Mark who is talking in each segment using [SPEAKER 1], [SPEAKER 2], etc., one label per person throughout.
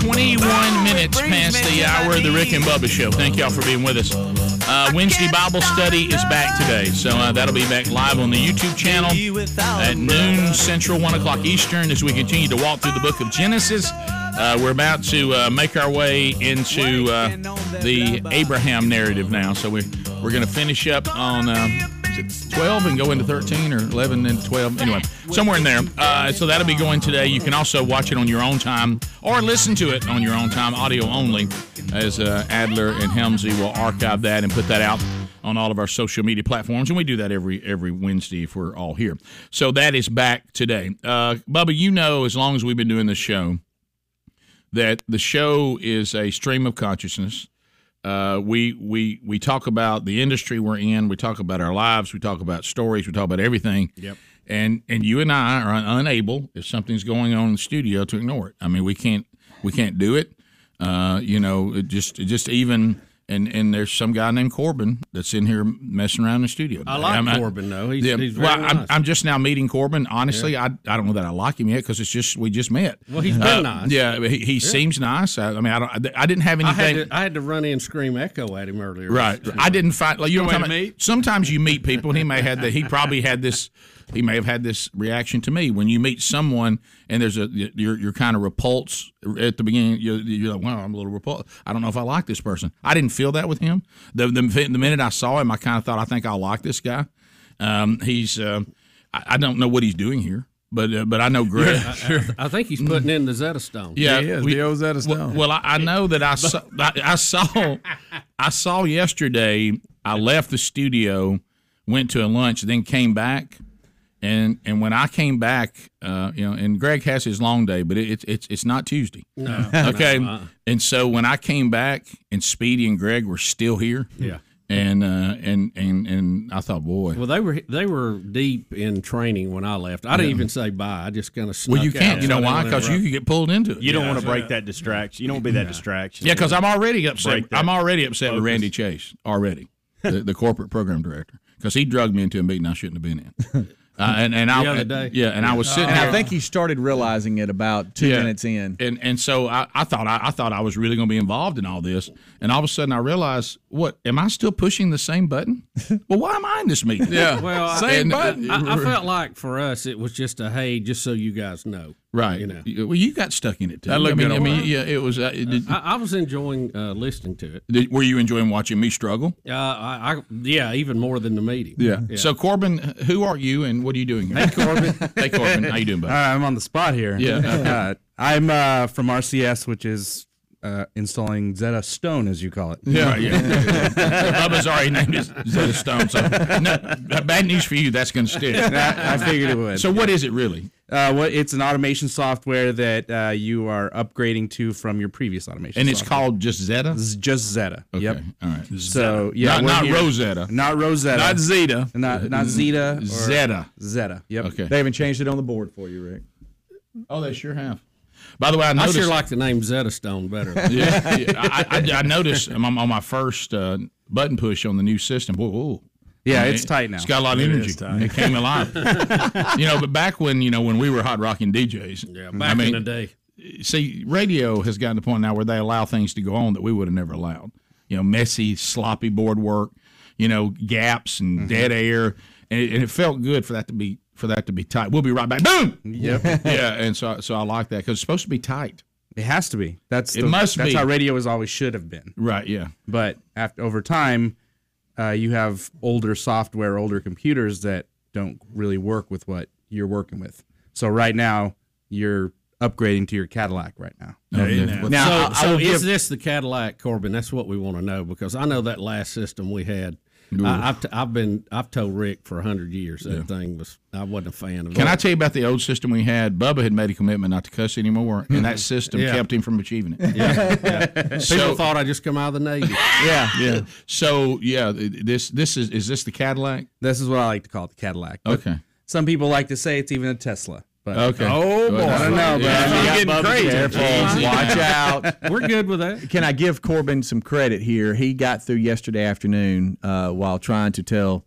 [SPEAKER 1] 21 minutes past the hour of the Rick and Bubba Show. Thank y'all for being with us. Uh, Wednesday Bible study is back today, so uh, that'll be back live on the YouTube channel at noon Central, 1 o'clock Eastern, as we continue to walk through the book of Genesis. Uh, we're about to uh, make our way into uh, the Abraham narrative now, so we're, we're going to finish up on. Um, is it 12 and go into 13 or 11 and 12 anyway somewhere in there uh, so that'll be going today you can also watch it on your own time or listen to it on your own time audio only as uh, adler and helmsy will archive that and put that out on all of our social media platforms and we do that every every wednesday if we're all here so that is back today uh, bubba you know as long as we've been doing this show that the show is a stream of consciousness uh, we we we talk about the industry we're in. We talk about our lives. We talk about stories. We talk about everything. Yep. And and you and I are unable if something's going on in the studio to ignore it. I mean, we can't we can't do it. Uh, you know, it just it just even and and there's some guy named Corbin that's in here messing around in the studio.
[SPEAKER 2] I like
[SPEAKER 1] I'm-
[SPEAKER 2] Corbin though. He's,
[SPEAKER 1] yeah,
[SPEAKER 2] he's very
[SPEAKER 1] well, I'm,
[SPEAKER 2] nice.
[SPEAKER 1] I'm just now meeting Corbin. Honestly, I, I don't know that I like him yet because it's just we just met.
[SPEAKER 2] well, he's been
[SPEAKER 1] Uh,
[SPEAKER 2] nice.
[SPEAKER 1] Yeah, he, he seems nice. I, I mean, I don't. I didn't have
[SPEAKER 2] I
[SPEAKER 1] anything.
[SPEAKER 2] had to I had to run in and scream echo at him earlier.
[SPEAKER 1] Right. I didn't find like you know what I'm
[SPEAKER 3] way to
[SPEAKER 1] talking about?
[SPEAKER 3] meet.
[SPEAKER 1] Sometimes you meet people and he may had the he probably had this he may have had this reaction to me when you meet someone and there's a you're you're kind of repulsed at the beginning you're, you're like wow I'm a little repulsed I don't know if I like this person I didn't feel that with him the the, the minute I saw him I kind of thought I think I like this guy um, he's uh, I, I don't know what he's doing here but uh, but I know Greg
[SPEAKER 2] I think he's putting in the Zeta Stone.
[SPEAKER 1] yeah,
[SPEAKER 3] He is. He owes that us
[SPEAKER 1] well,
[SPEAKER 3] now.
[SPEAKER 1] well, I, I know that I saw. I, I saw. I saw yesterday. I left the studio, went to a lunch, then came back, and and when I came back, uh, you know, and Greg has his long day, but it, it's it's it's not Tuesday. No. uh-uh. Okay. and so when I came back, and Speedy and Greg were still here.
[SPEAKER 2] Yeah.
[SPEAKER 1] And uh, and and and I thought, boy,
[SPEAKER 2] Well, they were they were deep in training when I left. I didn't even say bye. I just kind of
[SPEAKER 1] well, you can't. You know why? Because you could get pulled into it.
[SPEAKER 4] You don't want to break that distraction. You don't want to be that distraction.
[SPEAKER 1] Yeah, because I'm already upset.
[SPEAKER 4] Break that
[SPEAKER 1] I'm already upset with Randy Chase already, the, the corporate program director, because he drugged me into a meeting I shouldn't have been in. Uh, and and I
[SPEAKER 2] The other day.
[SPEAKER 1] yeah, and I was sitting.
[SPEAKER 3] And
[SPEAKER 1] there,
[SPEAKER 3] I think he started realizing it about two
[SPEAKER 1] Yeah.
[SPEAKER 3] minutes in.
[SPEAKER 1] and and so I, I thought I, I thought I was really going to be involved in all this, and all of a sudden I realized, what am I still pushing the same button? well, why am I in this meeting?
[SPEAKER 3] Yeah.
[SPEAKER 2] Well, I-
[SPEAKER 3] Same
[SPEAKER 1] And-
[SPEAKER 3] button.
[SPEAKER 2] I, I felt like for us it was just a hey, just so you guys know.
[SPEAKER 1] Right.
[SPEAKER 2] You know.
[SPEAKER 1] Well, you got stuck in it too.
[SPEAKER 3] That looked
[SPEAKER 1] I mean,
[SPEAKER 3] good
[SPEAKER 1] I
[SPEAKER 3] on
[SPEAKER 1] mean,
[SPEAKER 3] mine.
[SPEAKER 1] yeah, it was. Uh, did,
[SPEAKER 2] I, I was enjoying uh, listening to it.
[SPEAKER 1] did- were you enjoying watching me struggle?
[SPEAKER 2] Uh, I, I yeah, even more than the meeting.
[SPEAKER 1] So Corbin, who are you, and what are you doing here? Hey Corbin. hey Corbin, how you doing, buddy?
[SPEAKER 5] All right, I'm on the spot here. Uh,
[SPEAKER 1] Yeah.
[SPEAKER 5] I'm uh, from RCS, which is uh, installing Zeta Stone, as you call it.
[SPEAKER 1] Yeah, right, yeah. Bubba's already named his Zeta Stone. So, no, bad news for you. That's going to stick.
[SPEAKER 5] I, I figured it would.
[SPEAKER 1] So, what is it really?
[SPEAKER 5] uh, what, it's an automation software that uh, you are upgrading to from your previous automation.
[SPEAKER 1] And it's
[SPEAKER 5] software.
[SPEAKER 1] called just Zeta.
[SPEAKER 5] It's just Zeta.
[SPEAKER 1] Okay,
[SPEAKER 5] Yep.
[SPEAKER 1] All right.
[SPEAKER 5] So yeah,
[SPEAKER 1] not
[SPEAKER 5] we're
[SPEAKER 1] not
[SPEAKER 5] here-
[SPEAKER 1] Rosetta. Uh,
[SPEAKER 5] Not Rosetta.
[SPEAKER 3] Not Zeta.
[SPEAKER 5] Not not Zeta. or-
[SPEAKER 1] Zeta.
[SPEAKER 5] Zeta. Yep.
[SPEAKER 1] Okay.
[SPEAKER 3] They haven't changed it on the board for you, Rick.
[SPEAKER 1] Oh, they sure have. By the way, I
[SPEAKER 2] I
[SPEAKER 1] noticed.
[SPEAKER 2] sure like the name Zeta Stone better.
[SPEAKER 1] yeah, yeah, I, I, I noticed I'm on my first uh, button push on the new system. Whoa, whoa.
[SPEAKER 5] Yeah,
[SPEAKER 1] I mean,
[SPEAKER 5] it's tight now.
[SPEAKER 1] It's got a lot of energy. It came alive. you know, but back when you know when we were hot rocking DJs.
[SPEAKER 2] Yeah, back
[SPEAKER 1] I mean,
[SPEAKER 2] in the day.
[SPEAKER 1] see, radio has gotten to the point now where they allow things to go on that we would have never allowed. You know, messy, sloppy board work. You know, gaps and
[SPEAKER 2] Mm-hmm.
[SPEAKER 1] dead air, and it, and it felt good for that to be for that to be tight. We'll be right back. Boom. Yep. yeah, and so so I like that because it's supposed to be tight.
[SPEAKER 5] It has to be. That's
[SPEAKER 1] It
[SPEAKER 5] the-
[SPEAKER 1] must
[SPEAKER 5] That's
[SPEAKER 1] be.
[SPEAKER 5] how radio is always should have been.
[SPEAKER 1] Right. Yeah.
[SPEAKER 5] but after over time, uh, you have older software, older computers that don't really work with what you're working with. So right now, you're upgrading to your Cadillac right now.
[SPEAKER 2] so,
[SPEAKER 5] Now, I- I
[SPEAKER 2] so
[SPEAKER 5] will
[SPEAKER 2] is
[SPEAKER 5] give-
[SPEAKER 2] this the Cadillac Corbin? That's what we want to know because I know that last system we had I, I've, t- I've been I've told Rick for hundred years that thing was I wasn't a fan of.
[SPEAKER 1] Can
[SPEAKER 2] it.
[SPEAKER 1] I tell you about the old system we had? Bubba had made a commitment not to cuss anymore,
[SPEAKER 5] Hmm.
[SPEAKER 1] and that system
[SPEAKER 2] Yeah.
[SPEAKER 1] kept him from achieving it.
[SPEAKER 2] People
[SPEAKER 1] so-
[SPEAKER 2] thought I just come out of the navy.
[SPEAKER 1] Yeah, yeah. So yeah, th- this this is is this the Cadillac?
[SPEAKER 5] This is what I like to call it, the Cadillac. But
[SPEAKER 1] Okay.
[SPEAKER 5] Some people like to say it's even a Tesla. But
[SPEAKER 1] Okay.
[SPEAKER 6] Oh, boy.
[SPEAKER 1] I don't know, but
[SPEAKER 6] Yeah,
[SPEAKER 1] I mean,
[SPEAKER 6] you got Bubba
[SPEAKER 1] careful.
[SPEAKER 6] Easy.
[SPEAKER 1] Watch
[SPEAKER 3] out.
[SPEAKER 2] We're good with that.
[SPEAKER 3] Can I give Corbin some credit here? He got through yesterday afternoon uh, while trying to tell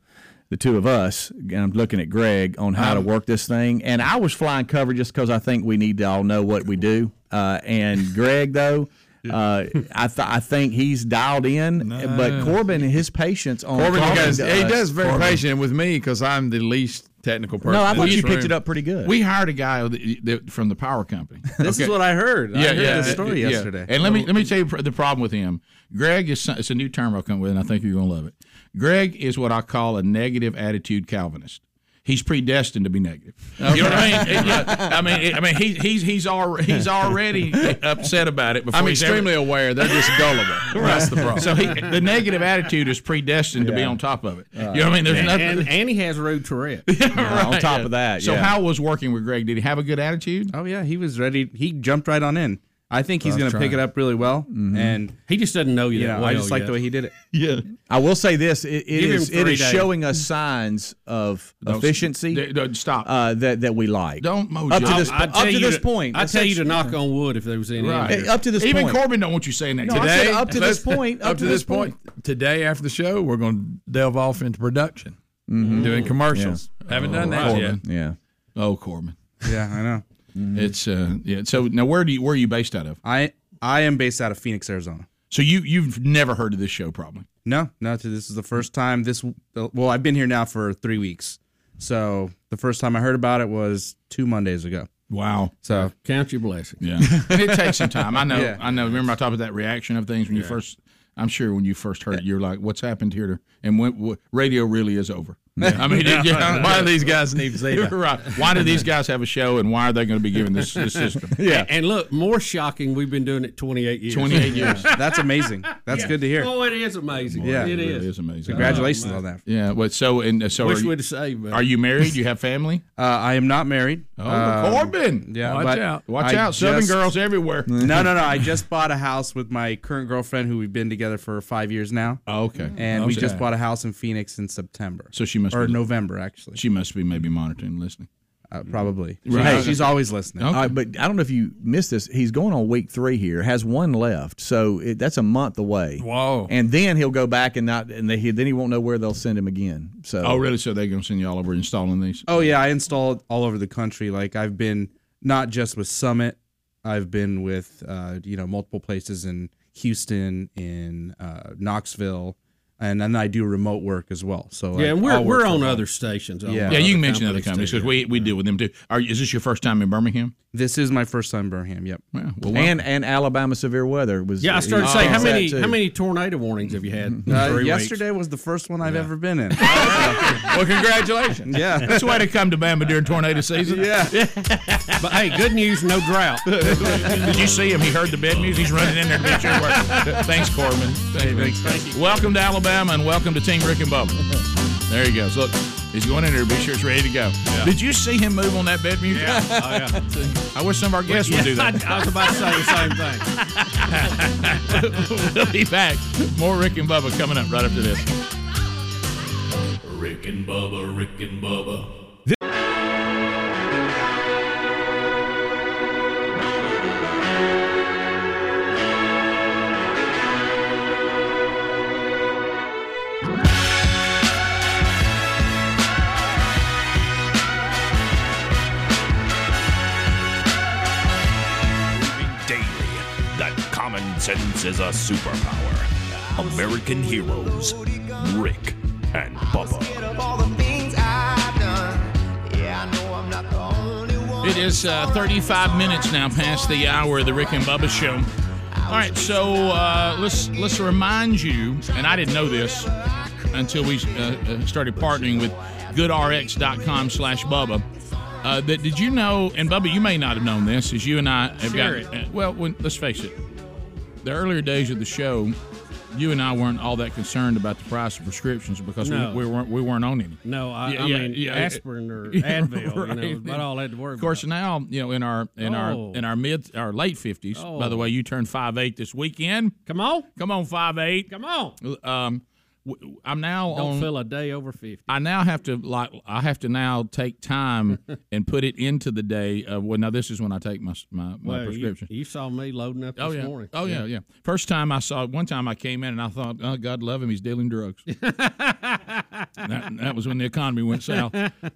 [SPEAKER 3] the two of us, and I'm looking at Greg, on how
[SPEAKER 7] Um,
[SPEAKER 3] to work this thing. And I was flying cover just because I think we need to all know what we do. Uh, and Greg, though, uh, I th- I think he's dialed in, but Corbin, his patience on
[SPEAKER 7] Corbin, you
[SPEAKER 3] talking
[SPEAKER 7] guys,
[SPEAKER 3] to
[SPEAKER 7] he
[SPEAKER 3] us-
[SPEAKER 7] does very patient with me because I'm the least technical person.
[SPEAKER 3] No, I
[SPEAKER 7] in
[SPEAKER 3] thought
[SPEAKER 7] this
[SPEAKER 3] you picked
[SPEAKER 7] room.
[SPEAKER 3] it up pretty good.
[SPEAKER 1] We hired a guy that, that, from the power company.
[SPEAKER 5] This is what I heard. I heard
[SPEAKER 1] yeah,
[SPEAKER 5] this story
[SPEAKER 1] yeah.
[SPEAKER 5] yesterday.
[SPEAKER 1] And let me let me tell you pr- the problem with him. Greg is it's a new term I'll come with, and I think you're going to love it. Greg is what I call a negative attitude Calvinist. He's predestined to be negative. You know what I mean? It- yeah, I mean, it- I mean, he's he's he's already he's already upset about it. Before
[SPEAKER 7] I'm
[SPEAKER 1] he's ever-
[SPEAKER 7] extremely aware. They're just gullible. That's the problem.
[SPEAKER 1] so he, the negative attitude is predestined to be on top of it. You know what I mean? There's nothing.
[SPEAKER 2] And, and he has road Tourette.
[SPEAKER 1] Right.
[SPEAKER 3] on top of that,
[SPEAKER 1] So
[SPEAKER 3] yeah.
[SPEAKER 1] how was working with Greg? Did he have a good attitude?
[SPEAKER 5] Oh yeah, he was ready. He jumped right on in. I think he's going to pick it up really well.
[SPEAKER 1] Mm-hmm.
[SPEAKER 5] And
[SPEAKER 2] He just doesn't know you
[SPEAKER 5] you
[SPEAKER 2] that
[SPEAKER 5] know,
[SPEAKER 2] well.
[SPEAKER 5] I just like
[SPEAKER 2] yet.
[SPEAKER 5] the way he did it.
[SPEAKER 3] I will say this: it, it
[SPEAKER 2] Give him
[SPEAKER 3] is it
[SPEAKER 2] three
[SPEAKER 3] is
[SPEAKER 2] days.
[SPEAKER 3] showing us signs of efficiency
[SPEAKER 1] D- d- stop.
[SPEAKER 3] uh, that that we like.
[SPEAKER 1] Don't mojo.
[SPEAKER 3] up to this
[SPEAKER 2] I
[SPEAKER 3] up
[SPEAKER 2] tell
[SPEAKER 3] to
[SPEAKER 2] you
[SPEAKER 3] this point.
[SPEAKER 2] I
[SPEAKER 3] let's
[SPEAKER 2] tell you
[SPEAKER 3] say-
[SPEAKER 2] to knock on wood if there was any.
[SPEAKER 1] Right.
[SPEAKER 2] injury.
[SPEAKER 3] Hey, up to this
[SPEAKER 1] Even
[SPEAKER 3] point.
[SPEAKER 1] Corbin don't want you saying that.
[SPEAKER 3] No, I said up to this
[SPEAKER 7] let's-
[SPEAKER 3] point.
[SPEAKER 7] Up to this point. Today, after the show, we're going to delve off into production,
[SPEAKER 1] Mm-hmm.
[SPEAKER 3] Mm-hmm.
[SPEAKER 7] doing commercials. Haven't done that yet.
[SPEAKER 1] Corbin.
[SPEAKER 3] Yeah.
[SPEAKER 1] Oh, Corbin.
[SPEAKER 5] Yeah, I know.
[SPEAKER 7] Mm-hmm.
[SPEAKER 1] It's uh yeah. So now where do you where are you based out of?
[SPEAKER 5] I I am based out of Phoenix, Arizona.
[SPEAKER 1] So you you've never heard of this show probably.
[SPEAKER 5] No, no. t- This is the first time. This well, I've been here now for three weeks. So the first time I heard about it was two Mondays ago.
[SPEAKER 1] Wow.
[SPEAKER 5] So
[SPEAKER 2] Count your blessings.
[SPEAKER 1] Yeah. and it takes some time. I know.
[SPEAKER 5] Yeah.
[SPEAKER 1] I know. Remember I talked about that reaction of things when you first I'm sure when you first heard it, you're like, "What's happened here?" And when, what, radio really is over. I mean, it- yeah,
[SPEAKER 7] Why do these guys need Zeta?
[SPEAKER 1] right. Why do these guys have a show, and why are they going to be given this, this system?
[SPEAKER 2] Yeah. And look, more shocking, we've been doing it 28 years.
[SPEAKER 1] 28 years.
[SPEAKER 5] that's amazing. That's good to hear.
[SPEAKER 2] Oh, it is amazing.
[SPEAKER 5] Yeah.
[SPEAKER 2] it
[SPEAKER 1] It
[SPEAKER 2] is. Oh,
[SPEAKER 1] really is amazing.
[SPEAKER 5] Congratulations on that.
[SPEAKER 1] Yeah. Well, so and uh, so are
[SPEAKER 2] Wish
[SPEAKER 1] you,
[SPEAKER 2] we'd have saved, but
[SPEAKER 1] are you married? You have family?
[SPEAKER 5] Uh, I am not married.
[SPEAKER 1] Oh,
[SPEAKER 5] Um,
[SPEAKER 1] Corbin.
[SPEAKER 5] Yeah,
[SPEAKER 7] Watch
[SPEAKER 5] but
[SPEAKER 7] out.
[SPEAKER 1] Watch
[SPEAKER 5] I
[SPEAKER 1] out, Southern
[SPEAKER 5] just-
[SPEAKER 1] girls everywhere.
[SPEAKER 5] No, no, no. I just bought a house with my current girlfriend, who we've been together for five years now,
[SPEAKER 1] Oh, okay.
[SPEAKER 5] and we just
[SPEAKER 1] Okay.
[SPEAKER 5] bought a house in Phoenix in September.
[SPEAKER 1] So she must
[SPEAKER 5] or
[SPEAKER 1] be,
[SPEAKER 5] November actually.
[SPEAKER 1] She must be maybe monitoring, and listening.
[SPEAKER 5] Uh, probably.
[SPEAKER 1] Right.
[SPEAKER 5] She- she's always listening.
[SPEAKER 1] Okay.
[SPEAKER 3] All right, Uh, but I don't know if you missed this. He's going on week three here. Has one left, so it, that's a month away.
[SPEAKER 7] Whoa.
[SPEAKER 3] And then he'll go back and not, and they, he, then he won't know where they'll send him again. So
[SPEAKER 1] Oh, really? So they're going to send you all over installing these?
[SPEAKER 5] Oh yeah, I installed all over the country. Like I've been not just with Summit, I've been with uh, you know multiple places in Houston, in uh, Knoxville, and then I do remote work as well. So
[SPEAKER 2] yeah,
[SPEAKER 5] like,
[SPEAKER 2] and we're,
[SPEAKER 5] I'll work
[SPEAKER 2] we're
[SPEAKER 5] from
[SPEAKER 2] on
[SPEAKER 5] home.
[SPEAKER 2] other stations. on
[SPEAKER 5] Yeah.
[SPEAKER 1] yeah,
[SPEAKER 2] other
[SPEAKER 1] you can mention other
[SPEAKER 2] too.
[SPEAKER 1] companies because we, we deal with them too. Are, is this your first time in Birmingham?
[SPEAKER 5] This is my first time in Birmingham. Yep.
[SPEAKER 1] Yeah. Well,
[SPEAKER 3] and and Alabama severe weather was.
[SPEAKER 2] Yeah, I started
[SPEAKER 3] he
[SPEAKER 2] saying how
[SPEAKER 3] says that
[SPEAKER 2] many
[SPEAKER 3] too.
[SPEAKER 2] how many tornado warnings have you had? in
[SPEAKER 5] Uh,
[SPEAKER 2] three
[SPEAKER 5] yesterday was the first one I've ever been in.
[SPEAKER 1] well, congratulations.
[SPEAKER 5] Yeah.
[SPEAKER 1] That's the way to come to Bama during tornado season. Yeah.
[SPEAKER 2] weeks? But hey, good news, no drought.
[SPEAKER 1] Did you see him? He heard the bed music. He's running in there to make sure it works. Thanks, Corbin. thanks. Thank you. Welcome to Alabama and welcome to Team Rick and Bubba. There he goes. Look, he's going in there. Be sure it's ready to go. Did you see him move on that bed music? Yeah. I wish some of our guests would do that.
[SPEAKER 2] I was about to say the same thing.
[SPEAKER 1] we'll be back. More Rick and Bubba coming up right after this.
[SPEAKER 4] Rick and Bubba, Rick and Bubba. Proving daily that common sense is a superpower. American heroes, Rick and Bubba.
[SPEAKER 8] of all the things I've done. Yeah, I know I'm not the only one.
[SPEAKER 1] It is uh, 35 minutes now past the hour of the Rick and Bubba show. All right, so uh, let's let's remind you, and I didn't know this until we uh, uh, started partnering with GoodRx.com/Bubba. slash Bubba, Uh, that did you know? And Bubba, you may not have known this, as you and I have got. uh, well, when, let's face it, the earlier days of the show, you and I weren't all that concerned about the price of prescriptions because
[SPEAKER 2] No.
[SPEAKER 1] we, we weren't we weren't on any.
[SPEAKER 2] No, I,
[SPEAKER 1] Yeah,
[SPEAKER 2] I
[SPEAKER 1] yeah,
[SPEAKER 2] mean
[SPEAKER 1] yeah.
[SPEAKER 2] aspirin or
[SPEAKER 1] Yeah,
[SPEAKER 2] Advil. You know,
[SPEAKER 1] right.
[SPEAKER 2] but all I had to worry.
[SPEAKER 1] Of course,
[SPEAKER 2] about.
[SPEAKER 1] now you know in our in
[SPEAKER 2] Oh.
[SPEAKER 1] our in our mid our late fifties. By the
[SPEAKER 2] Oh.
[SPEAKER 1] way, you turned five eight this weekend.
[SPEAKER 2] Come on,
[SPEAKER 1] Come on, five eight.
[SPEAKER 2] come on.
[SPEAKER 1] Um, w- I'm now
[SPEAKER 2] Don't
[SPEAKER 1] on.
[SPEAKER 2] feel a day over fifty.
[SPEAKER 1] I now have to like I have to now take time and put it into the day of well now this is when I take my my, my
[SPEAKER 2] Well, you-
[SPEAKER 1] prescription.
[SPEAKER 2] You, saw me loading up this
[SPEAKER 1] oh yeah.
[SPEAKER 2] morning.
[SPEAKER 1] Oh yeah, yeah, First time I saw one time I came in and I thought, oh God love him, he's dealing drugs. that, that was when the economy went south.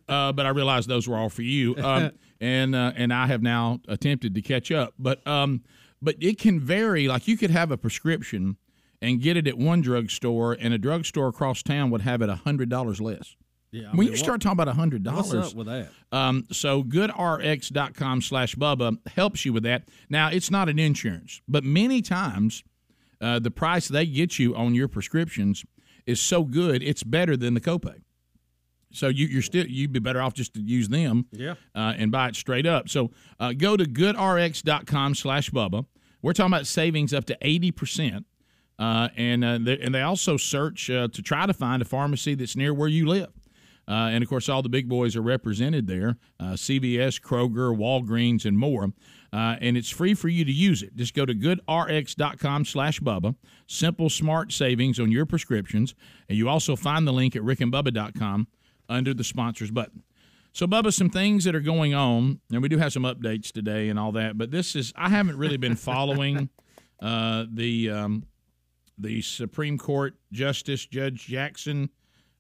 [SPEAKER 1] Uh, but I realized those were all for you. Um, and uh, and I have now attempted to catch up. But um, but it can vary. Like you could have a prescription and get it at one drugstore, and a drugstore across town would have it hundred dollars less.
[SPEAKER 2] yeah. I
[SPEAKER 1] when
[SPEAKER 2] mean,
[SPEAKER 1] you
[SPEAKER 2] what-
[SPEAKER 1] start talking about hundred
[SPEAKER 2] what's
[SPEAKER 1] dollars,
[SPEAKER 2] up with that?
[SPEAKER 1] um, so goodrx.com slash Bubba helps you with that. Now, it's not an insurance, but many times uh, the price they get you on your prescriptions is so good, it's better than the copay. So you, you're still you'd be better off just to use them,
[SPEAKER 2] Yeah.
[SPEAKER 1] uh, and buy it straight up. So uh, go to goodrx.com/bubba. We're talking about savings up to eighty percent, uh, and uh, they, and they also search uh, to try to find a pharmacy that's near where you live. Uh, and of course, all the big boys are represented there uh, CVS, Kroger, Walgreens, and more. Uh, and it's free for you to use it. Just go to goodrx.com slash Bubba. Simple, smart savings on your prescriptions. And you also find the link at rickandbubba.com under the sponsors button. So, Bubba, some things that are going on, and we do have some updates today and all that. But this is, I haven't really been following uh, the um, the Supreme Court Justice Judge Jackson.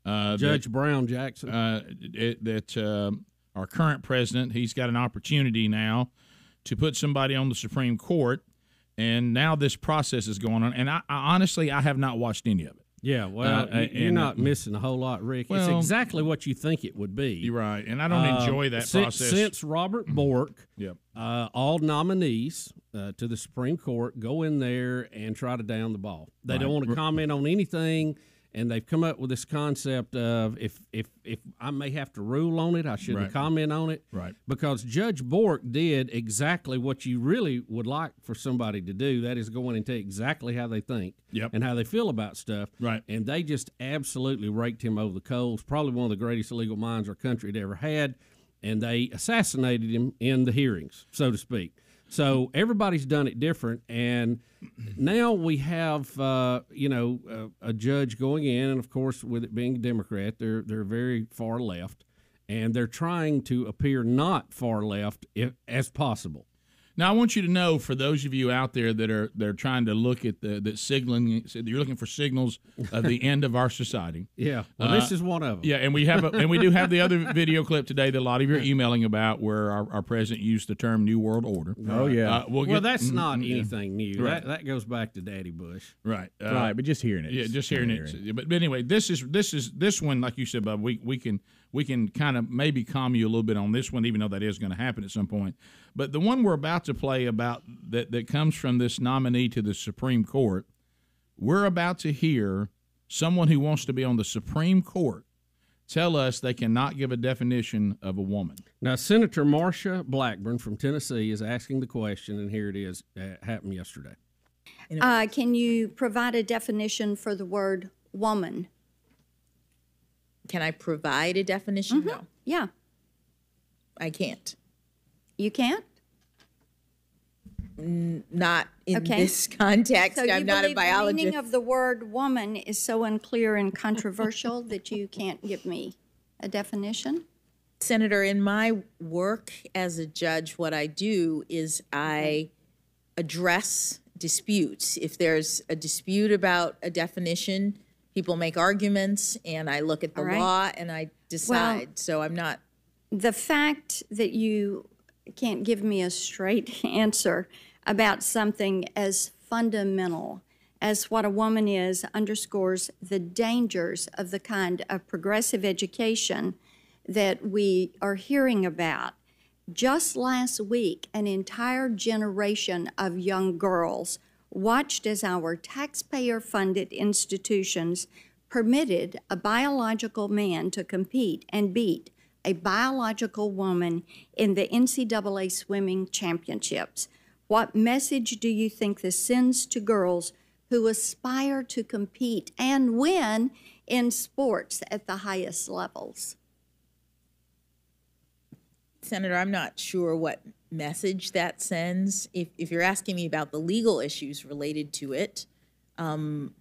[SPEAKER 1] Uh, that-
[SPEAKER 2] Judge Brown Jackson.
[SPEAKER 1] uh, it- that uh, our current president he's got an opportunity now to put somebody on the Supreme Court, and now this process is going on. And I, I honestly I have not watched any of it.
[SPEAKER 2] yeah, well,
[SPEAKER 1] uh,
[SPEAKER 2] you- you're
[SPEAKER 1] and-
[SPEAKER 2] not missing a whole lot, Rick.
[SPEAKER 1] Well-
[SPEAKER 2] it's exactly what you think it would be.
[SPEAKER 1] You're right, and I don't
[SPEAKER 2] Uh,
[SPEAKER 1] enjoy that
[SPEAKER 2] since,
[SPEAKER 1] process. Mm.
[SPEAKER 2] Since Robert Bork,
[SPEAKER 1] Yep.
[SPEAKER 2] uh, all nominees uh, to the Supreme Court go in there and try to down the ball. They don't want to comment on anything, and they've come up with this concept of if if if I may have to rule on it, I shouldn't
[SPEAKER 1] Right.
[SPEAKER 2] comment on it.
[SPEAKER 1] Right.
[SPEAKER 2] Because Judge Bork did exactly what you really would like for somebody to do. That is go in and tell exactly how they think
[SPEAKER 1] Yep.
[SPEAKER 2] and how they feel about stuff.
[SPEAKER 1] Right.
[SPEAKER 2] And they just absolutely raked him over the coals. Probably one of the greatest legal minds our country had ever had. And they assassinated him in the hearings, so to speak. So everybody's done it different. And now we have, uh, you know, a, a judge going in. And of course, with it being a Democrat, they're, they're very far left. And they're trying to appear not far left if, as possible.
[SPEAKER 1] Now I want you to know for those of you out there that are they're trying to look at the that signaling you're looking for signals of the end of our society.
[SPEAKER 2] Yeah.
[SPEAKER 1] Uh,
[SPEAKER 2] Well, this is one of them.
[SPEAKER 1] Yeah, and we have a, and we do have the other video clip today that a lot of you are emailing about, where our, our president used the term "new world order."
[SPEAKER 9] Oh yeah,
[SPEAKER 1] Uh, we'll
[SPEAKER 2] Well,
[SPEAKER 1] get-
[SPEAKER 2] that's
[SPEAKER 1] mm,
[SPEAKER 2] not
[SPEAKER 1] yeah.
[SPEAKER 2] anything new.
[SPEAKER 1] Right.
[SPEAKER 2] That, that goes back to Daddy Bush.
[SPEAKER 1] right. Uh,
[SPEAKER 9] right. But just hearing it,
[SPEAKER 1] Yeah, just hearing it. But, but anyway, this is this is this one, like you said, Bob. We we can we can kind of maybe calm you a little bit on this one, even though that is going to happen at some point. But the one we're about to play about that that comes from this nominee to the Supreme Court, we're about to hear someone who wants to be on the Supreme Court tell us they cannot give a definition of a woman.
[SPEAKER 2] Now, Senator Marsha Blackburn from Tennessee is asking the question, and here it is. It happened yesterday.
[SPEAKER 10] Uh, can you provide a definition for the word woman?
[SPEAKER 11] Can I provide a definition?
[SPEAKER 10] Mm-hmm.
[SPEAKER 11] No,
[SPEAKER 10] Yeah,
[SPEAKER 11] I can't.
[SPEAKER 10] you can't?
[SPEAKER 11] Not in
[SPEAKER 10] Okay.
[SPEAKER 11] this context.
[SPEAKER 10] So you
[SPEAKER 11] I'm not a
[SPEAKER 10] believe the
[SPEAKER 11] biologist.
[SPEAKER 10] meaning of the word woman is so unclear and controversial that you can't give me a definition?
[SPEAKER 11] Senator, in my work as a judge, what I do is I
[SPEAKER 10] Mm-hmm.
[SPEAKER 11] address disputes. If there's a dispute about a definition, people make arguments, and I look at the
[SPEAKER 10] All right.
[SPEAKER 11] law and I decide. so I'm not.
[SPEAKER 10] The fact that you can't give me a straight answer about something as fundamental as what a woman is underscores the dangers of the kind of progressive education that we are hearing about. Just last week, an entire generation of young girls watched as our taxpayer funded institutions permitted a biological man to compete and beat a biological woman in the NCAA swimming championships. What message do you think this sends to girls who aspire to compete and win in sports at the highest levels.
[SPEAKER 12] Senator, I'm not sure what message that sends. If, if you're asking me about the legal issues related to it, um,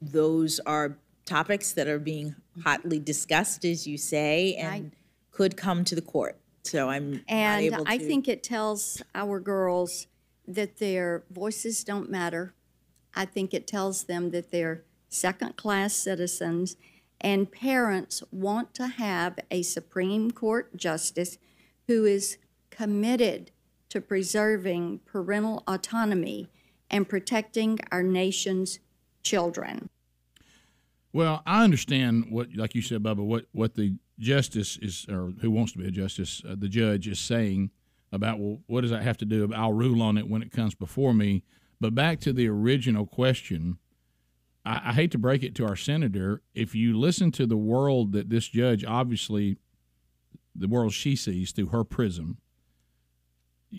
[SPEAKER 12] those are topics that are being hotly discussed, as you say, and could come to the court. So I'm not
[SPEAKER 10] And
[SPEAKER 12] able
[SPEAKER 10] I
[SPEAKER 12] to-
[SPEAKER 10] think it tells our girls that their voices don't matter. I think it tells them that they're second class citizens, and parents want to have a Supreme Court justice who is committed to preserving parental autonomy and protecting our nation's children.
[SPEAKER 1] Well, I understand what, like you said, Bubba, what, what the justice is, or who wants to be a justice, uh, the judge is saying about, well, what does that have to do? I'll rule on it when it comes before me. But back to the original question, I, I hate to break it to our senator. If you listen to the world that this judge obviously, the world she sees through her prism,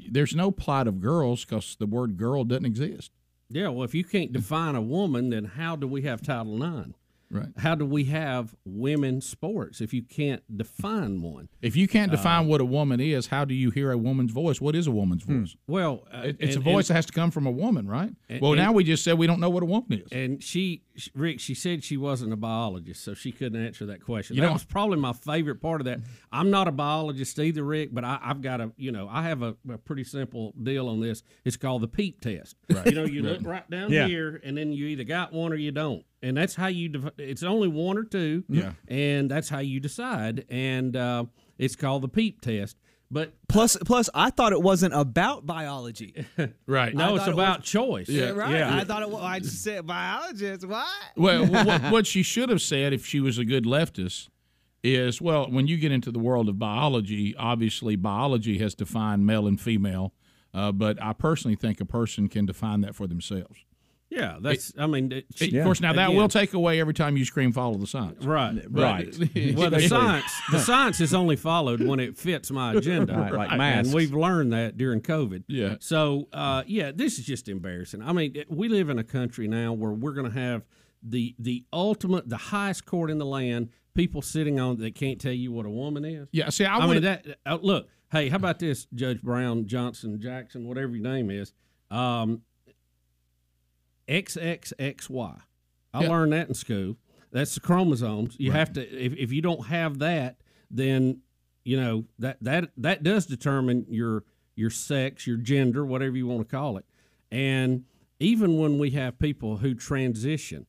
[SPEAKER 1] there's no plight of girls because the word girl doesn't exist.
[SPEAKER 2] Yeah, well, if you can't define a woman, then how do we have Title IX?
[SPEAKER 1] Right.
[SPEAKER 2] How do we have women's sports if you can't define one?
[SPEAKER 1] If you can't
[SPEAKER 2] Uh,
[SPEAKER 1] define what a woman is, how do you hear a woman's voice? What is a woman's voice?
[SPEAKER 2] Well, uh,
[SPEAKER 1] It- it's
[SPEAKER 2] and-
[SPEAKER 1] a voice
[SPEAKER 2] and-
[SPEAKER 1] that has to come from a woman, right?
[SPEAKER 2] And-
[SPEAKER 1] well,
[SPEAKER 2] and-
[SPEAKER 1] now we just said we don't know what a woman is.
[SPEAKER 2] And she, sh- Rick, she said she wasn't a biologist, so she couldn't answer that question.
[SPEAKER 1] You
[SPEAKER 2] that
[SPEAKER 1] know-
[SPEAKER 2] was probably my favorite part of that. I'm not a biologist either, Rick, but I, I've got a, you know, I have a, a pretty simple deal on this. It's called the PEEP test.
[SPEAKER 1] Right.
[SPEAKER 2] You know, you
[SPEAKER 1] Right.
[SPEAKER 2] look right down
[SPEAKER 1] Yeah.
[SPEAKER 2] here, and then you either got one or you don't, and that's how you. Def- it's only one or two.
[SPEAKER 1] Yeah.
[SPEAKER 2] and that's how you decide, and uh, it's called the PEEP test. But
[SPEAKER 13] Plus, plus, I thought it wasn't about biology.
[SPEAKER 1] Right.
[SPEAKER 2] no,
[SPEAKER 13] I
[SPEAKER 2] it's
[SPEAKER 13] thought it
[SPEAKER 2] about
[SPEAKER 13] was-
[SPEAKER 2] choice.
[SPEAKER 13] Yeah, right. I thought it was. I just said biologist. What?
[SPEAKER 1] Well, what, what she should have said if she was a good leftist is, well, when you get into the world of biology, obviously biology has defined male and female, uh, but I personally think a person can define that for themselves.
[SPEAKER 2] Yeah, that's. I mean, it-
[SPEAKER 1] It- Of course, now that
[SPEAKER 2] again-
[SPEAKER 1] will take away every time you scream "follow the science."
[SPEAKER 2] Right,
[SPEAKER 1] But-
[SPEAKER 2] right. well, the science the science is only followed when it fits my agenda,
[SPEAKER 1] Right, like masks.
[SPEAKER 2] And we've learned that during COVID.
[SPEAKER 1] Yeah.
[SPEAKER 2] So, uh, yeah, this is just embarrassing. I mean, it- we live in a country now where we're going to have the the ultimate, the highest court in the land. People sitting on that can't tell you what a woman is.
[SPEAKER 1] Yeah, see, I
[SPEAKER 2] mean
[SPEAKER 1] wanna-
[SPEAKER 2] that. Uh, look, hey, how about this, Judge Brown, Johnson, Jackson, whatever your name is, um, XXXY. I
[SPEAKER 1] Yeah.
[SPEAKER 2] learned that in school. That's the chromosomes. You have to if, if you don't have that, then you know that that that does determine your your sex, your gender, whatever you want to call it. And even when we have people who transition,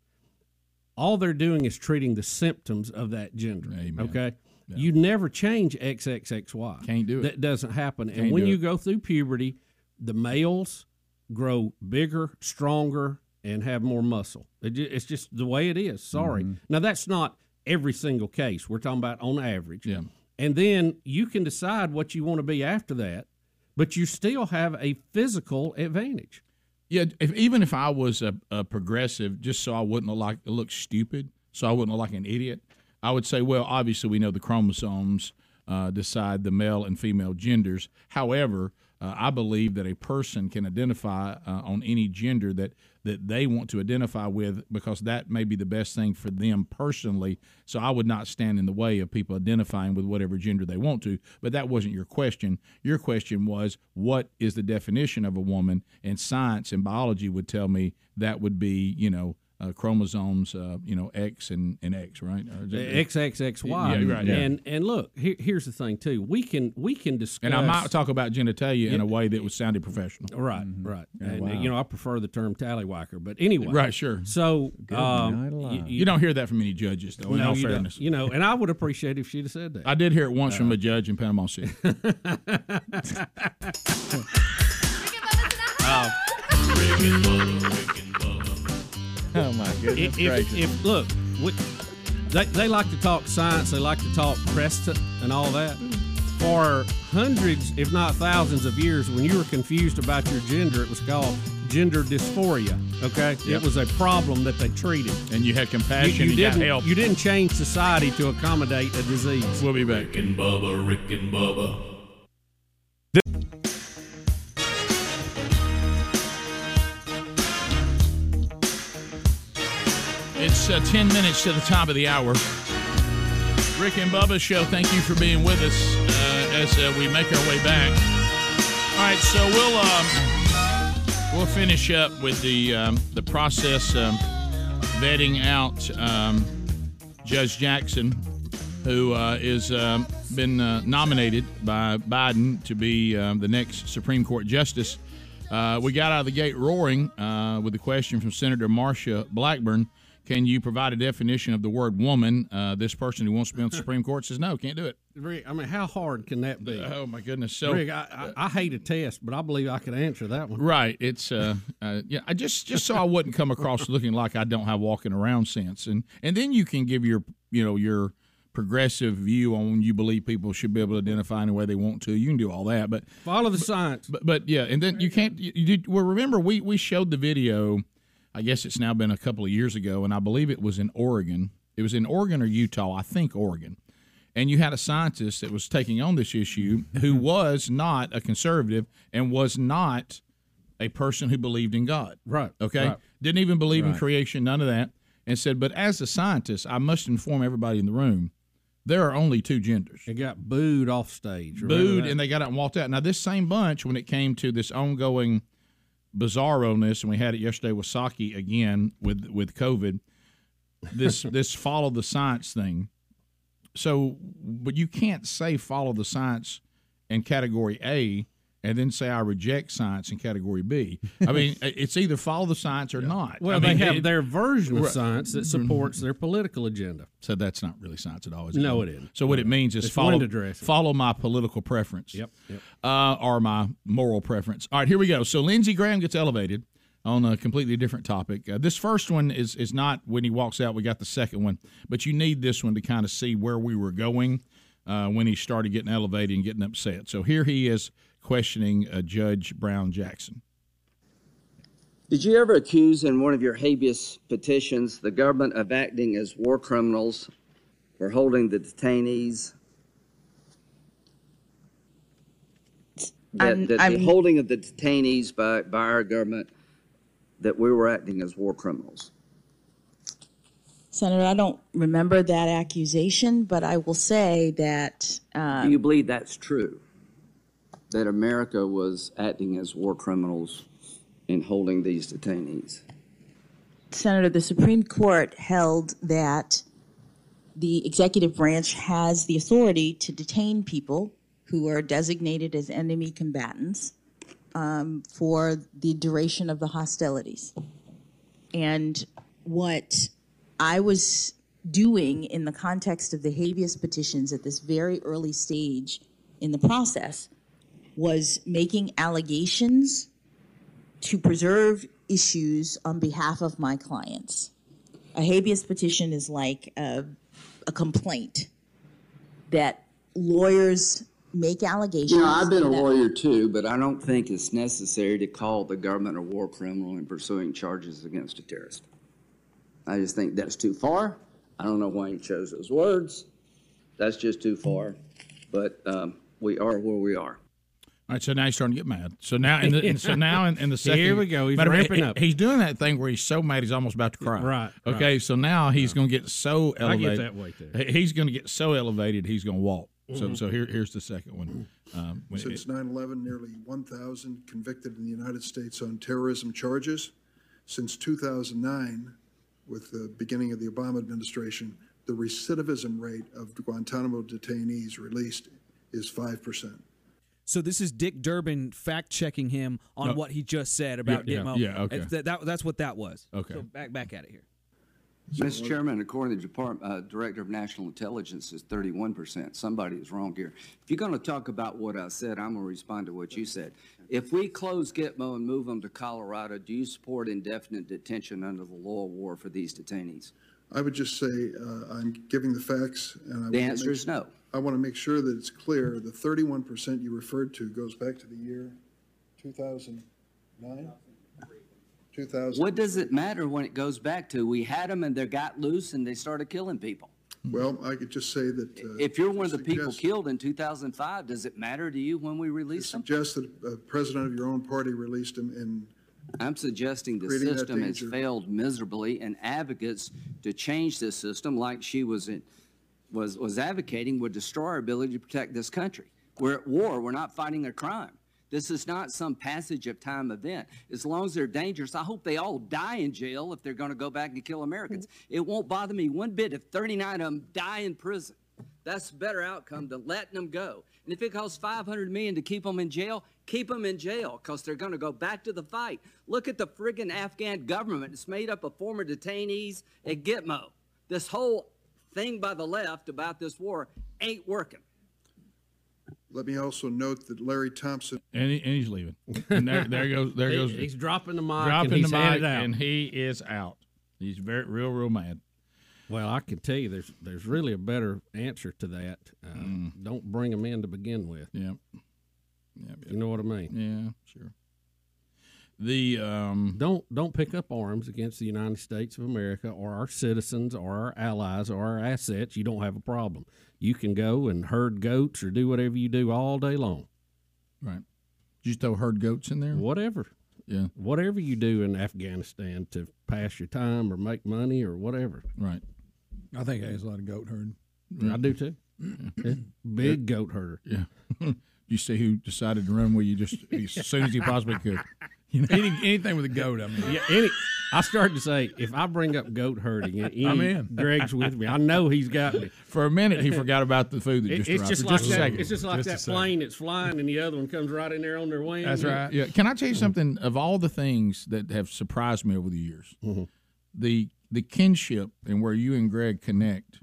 [SPEAKER 2] all they're doing is treating the symptoms of that gender. Okay. You never change XXXY.
[SPEAKER 1] Can't do it.
[SPEAKER 2] That doesn't happen. and
[SPEAKER 1] Can't
[SPEAKER 2] when
[SPEAKER 1] do
[SPEAKER 2] you
[SPEAKER 1] it.
[SPEAKER 2] go through puberty, the males grow bigger, stronger, and have more muscle. It ju- it's just the way it is. Sorry.
[SPEAKER 1] Mhm.
[SPEAKER 2] Now, that's not every single case. We're talking about on average.
[SPEAKER 1] Yeah.
[SPEAKER 2] And then you can decide what you want to be after that, but you still have a physical advantage.
[SPEAKER 1] Yeah, if, even if I was a, a progressive, just so I wouldn't look like look stupid, so I wouldn't look like an idiot, I would say, well, obviously we know the chromosomes uh, decide the male and female genders. However, uh, I believe that a person can identify uh, on any gender that that they want to identify with because that may be the best thing for them personally. So I would not stand in the way of people identifying with whatever gender they want to. But that wasn't your question. Your question was, what is the definition of a woman? And science and biology would tell me that would be, you know, uh, chromosomes, uh, you know, X and, and X, right? Or
[SPEAKER 2] E,
[SPEAKER 1] is it-
[SPEAKER 2] XXXY.
[SPEAKER 1] Yeah, right. yeah.
[SPEAKER 2] And and look, here, here's the thing too. We can we can discuss
[SPEAKER 1] and I might talk about genitalia in a way that would sounded professional.
[SPEAKER 2] Right, right.
[SPEAKER 1] Oh,
[SPEAKER 2] and uh,
[SPEAKER 1] wow.
[SPEAKER 2] you know, I prefer the term tallywhacker, but anyway.
[SPEAKER 1] Right, sure.
[SPEAKER 2] So
[SPEAKER 1] Good
[SPEAKER 2] um,
[SPEAKER 1] night
[SPEAKER 2] y-
[SPEAKER 1] alive.
[SPEAKER 2] y-
[SPEAKER 1] You don't hear that from any judges, though, in all
[SPEAKER 2] you don't.
[SPEAKER 1] fairness.
[SPEAKER 2] You know, and I would appreciate if she'd have said that.
[SPEAKER 1] I did hear it once
[SPEAKER 2] Uh-huh.
[SPEAKER 1] from a judge in Panama City.
[SPEAKER 3] Oh my goodness
[SPEAKER 2] If, if,
[SPEAKER 3] gracious.
[SPEAKER 2] if look, we, they, they like to talk science. They like to talk precedent and all that. For hundreds, if not thousands, of years, when you were confused about your gender, it was called gender dysphoria. Okay, it
[SPEAKER 1] Yep.
[SPEAKER 2] was a problem that they treated,
[SPEAKER 1] and you had compassion.
[SPEAKER 2] You,
[SPEAKER 1] and got
[SPEAKER 2] didn't
[SPEAKER 1] help.
[SPEAKER 2] You didn't change society to accommodate a disease.
[SPEAKER 1] We'll be back.
[SPEAKER 14] Rick and Bubba, Rick and Bubba.
[SPEAKER 1] It's uh, 10 minutes to the top of the hour. Rick and Bubba Show, thank you for being with us uh, as uh, we make our way back. All right, so we'll um, we'll finish up with the um, the process um, vetting out um, Judge Jackson, who uh, is um, been uh, nominated by Biden to be um, the next Supreme Court justice. Uh, we got out of the gate roaring uh, with a question from Senator Marsha Blackburn. Can you provide a definition of the word woman? Uh, this person who wants to be on the Supreme Court says, no, can't do it.
[SPEAKER 2] Rick, I mean, how hard can that be?
[SPEAKER 1] Oh my goodness! So,
[SPEAKER 2] Rick, I, I, I hate a test, but I believe I can answer that one.
[SPEAKER 1] Right. It's uh, uh yeah. I just just so I wouldn't come across looking like I don't have walking around sense, and and then you can give your you know your progressive view on you believe people should be able to identify any way they want to. You can do all that, but
[SPEAKER 2] follow the science.
[SPEAKER 1] But, but yeah, and then you can't. You, you did, well, remember we we showed the video. I guess it's now been a couple of years ago, and I believe it was in Oregon. It was in Oregon or Utah, I think Oregon. And you had a scientist that was taking on this issue
[SPEAKER 2] Mm-hmm.
[SPEAKER 1] who was not a conservative and was not a person who believed in God.
[SPEAKER 2] Right.
[SPEAKER 1] Okay.
[SPEAKER 2] Right.
[SPEAKER 1] Didn't even believe in
[SPEAKER 2] Right.
[SPEAKER 1] creation, none of that. And said, but as a scientist, I must inform everybody in the room there are only two genders.
[SPEAKER 2] It got booed off stage. remember
[SPEAKER 1] Booed,
[SPEAKER 2] that?
[SPEAKER 1] and they got out and walked out. Now, this same bunch, when it came to this ongoing bizarro-ness, and we had it yesterday with Saki again with with COVID, this this follow the science thing. So, but you can't say follow the science in category A and then say I reject science in category B. I mean, it's either follow the science or not.
[SPEAKER 2] Well,
[SPEAKER 1] I mean,
[SPEAKER 2] they have
[SPEAKER 1] it-
[SPEAKER 2] their version of
[SPEAKER 1] Right. Mm-hmm.
[SPEAKER 2] science that supports their political agenda.
[SPEAKER 1] So that's not really science at all. Is
[SPEAKER 2] No, it isn't.
[SPEAKER 1] So what it means is
[SPEAKER 2] It's
[SPEAKER 1] follow
[SPEAKER 2] wind addressing.
[SPEAKER 1] follow my political preference.
[SPEAKER 2] Yep, yep.
[SPEAKER 1] Uh, or my moral preference. All right, here we go. So Lindsey Graham gets elevated on a completely different topic. Uh, this first one is is not when he walks out. We got the second one, but you need this one to kind of see where we were going uh, when he started getting elevated and getting upset. So here he is questioning uh, Judge Brown Jackson.
[SPEAKER 15] Did you ever accuse in one of your habeas petitions the government of acting as war criminals for holding the detainees? That,
[SPEAKER 11] I'm-
[SPEAKER 15] that
[SPEAKER 11] I'm-
[SPEAKER 15] the holding of the detainees by, by our government, that we were acting as war criminals?
[SPEAKER 11] Senator, I don't remember that accusation, but I will say that
[SPEAKER 15] Do you
[SPEAKER 11] um,
[SPEAKER 15] believe that's true? That America was acting as war criminals in holding these detainees?
[SPEAKER 11] Senator, the Supreme Court held that the executive branch has the authority to detain people who are designated as enemy combatants um, for the duration of the hostilities. And what I was doing in the context of the habeas petitions at this very early stage in the process was making allegations to preserve issues on behalf of my clients. A habeas petition is like a, a complaint that lawyers make allegations.
[SPEAKER 15] You know, I've been a
[SPEAKER 11] that-
[SPEAKER 15] lawyer too, but I don't think it's necessary to call the government a war criminal in pursuing charges against a terrorist. I just think that's too far. I don't know why he chose those words. That's just too far. But um, we are where we are.
[SPEAKER 1] All right, so now he's starting to get mad. So now, in the, and so now, in, in the second,
[SPEAKER 2] Here we go. He's
[SPEAKER 1] Matter of fact,
[SPEAKER 2] ramping
[SPEAKER 1] he-
[SPEAKER 2] up.
[SPEAKER 1] He's doing that thing where he's so mad he's almost about to cry.
[SPEAKER 2] Right, right.
[SPEAKER 1] Okay. So now he's going to get so
[SPEAKER 2] I get
[SPEAKER 1] elevated.
[SPEAKER 2] that way Mm-hmm. there.
[SPEAKER 1] He- He's going to get so elevated he's going to walk. So
[SPEAKER 16] Mhm.
[SPEAKER 1] so here here's the second one. Um, when-
[SPEAKER 16] Since 9/11, nearly 1,000 convicted in the United States on terrorism charges. Since 2009, with the beginning of the Obama administration, the recidivism rate of Guantanamo detainees released is 5%.
[SPEAKER 13] So this is Dick Durbin fact checking him on
[SPEAKER 16] No.
[SPEAKER 13] what he just said about
[SPEAKER 1] yeah,
[SPEAKER 13] Gitmo.
[SPEAKER 1] yeah, okay.
[SPEAKER 13] It's that- that- that's what that was.
[SPEAKER 1] Okay.
[SPEAKER 13] So back back at it here.
[SPEAKER 15] Mr. Chairman, according to the Depart- uh, Director of National Intelligence, is 31%. Somebody is wrong here. If you're going to talk about what I said, I'm going to respond to what you said. If we close Gitmo and move them to Colorado, do you support indefinite detention under the law of war for these detainees?
[SPEAKER 16] I would just say, uh, I'm giving the facts, and I want
[SPEAKER 15] The
[SPEAKER 16] to
[SPEAKER 15] answer
[SPEAKER 16] make-
[SPEAKER 15] is no.
[SPEAKER 16] I want to make sure that it's clear, the 31% you referred to goes back to the year 2009? 2000.
[SPEAKER 15] What does it matter when it goes back to, we had them and they got loose and they started killing people?
[SPEAKER 16] Well, I could just say that. uh,
[SPEAKER 15] If you're one of the people
[SPEAKER 16] suggest-
[SPEAKER 15] killed in 2005, does it matter to you when we release them?
[SPEAKER 16] uh, Suggest that a president of your own party released him in
[SPEAKER 15] I'm suggesting the
[SPEAKER 16] Creating that
[SPEAKER 15] system has
[SPEAKER 16] danger.
[SPEAKER 15] failed miserably, and advocates to change this system, like she was in, was was advocating, would destroy our ability to protect this country. We're at war. We're not fighting a crime. This is not some passage of time event. As long as they're dangerous, I hope they all die in jail if they're going to go back and kill Americans. It won't bother me one bit if 39 of them die in prison. That's a better outcome than letting them go. And if it costs 500 million to keep them in jail, keep them in jail because they're going to go back to the fight. Look at the friggin' Afghan government. It's made up of former detainees at Gitmo. This whole thing by the left about this war ain't working.
[SPEAKER 16] Let me also note that Larry Thompson.
[SPEAKER 1] And, he, and he's leaving. And there, there goes. There
[SPEAKER 16] He-
[SPEAKER 1] goes.
[SPEAKER 16] he's dropping the mic and
[SPEAKER 1] Dropping
[SPEAKER 16] he's
[SPEAKER 1] the
[SPEAKER 16] headed
[SPEAKER 1] mic,
[SPEAKER 16] out.
[SPEAKER 1] and he is out. He's very real, real mad.
[SPEAKER 2] Well, I can tell you, there's there's really a better answer to that. Uh, Don't bring them in to begin with.
[SPEAKER 1] Mm. Yep.
[SPEAKER 2] You know what I mean?
[SPEAKER 1] Yeah, sure. The um,
[SPEAKER 2] don't don't pick up arms against the United States of America or our citizens or our allies or our assets. You don't have a problem. You can go and herd goats or do whatever you do all day long.
[SPEAKER 1] Right. Did you throw herd goats in there?
[SPEAKER 2] Whatever.
[SPEAKER 1] Yeah.
[SPEAKER 2] Whatever you do in Afghanistan to pass your time or make money or whatever.
[SPEAKER 1] Right.
[SPEAKER 7] I think there's a lot of goat herding.
[SPEAKER 2] I do too. Yeah. Big goat herder.
[SPEAKER 1] Yeah. you see who decided to run where you just as soon as you possibly could. You know? anything with a goat, I mean.
[SPEAKER 2] Yeah, any, I started to say, if I bring up goat herding, any,
[SPEAKER 1] I'm in.
[SPEAKER 2] Greg's with me. I know he's got me.
[SPEAKER 1] For a minute, he forgot about the food that
[SPEAKER 2] It-
[SPEAKER 1] just
[SPEAKER 2] it's
[SPEAKER 1] arrived.
[SPEAKER 2] just
[SPEAKER 1] For
[SPEAKER 2] like
[SPEAKER 1] just a
[SPEAKER 2] that.
[SPEAKER 1] second.
[SPEAKER 2] It's just like
[SPEAKER 1] Just a
[SPEAKER 2] that
[SPEAKER 1] second.
[SPEAKER 2] plane that's flying, and the other one comes right in there on their wing.
[SPEAKER 1] Yeah. Can I tell
[SPEAKER 2] Mm-hmm.
[SPEAKER 1] you something? Of all the things that have surprised me over the years,
[SPEAKER 2] Mm-hmm.
[SPEAKER 1] the the kinship and where you and Greg connect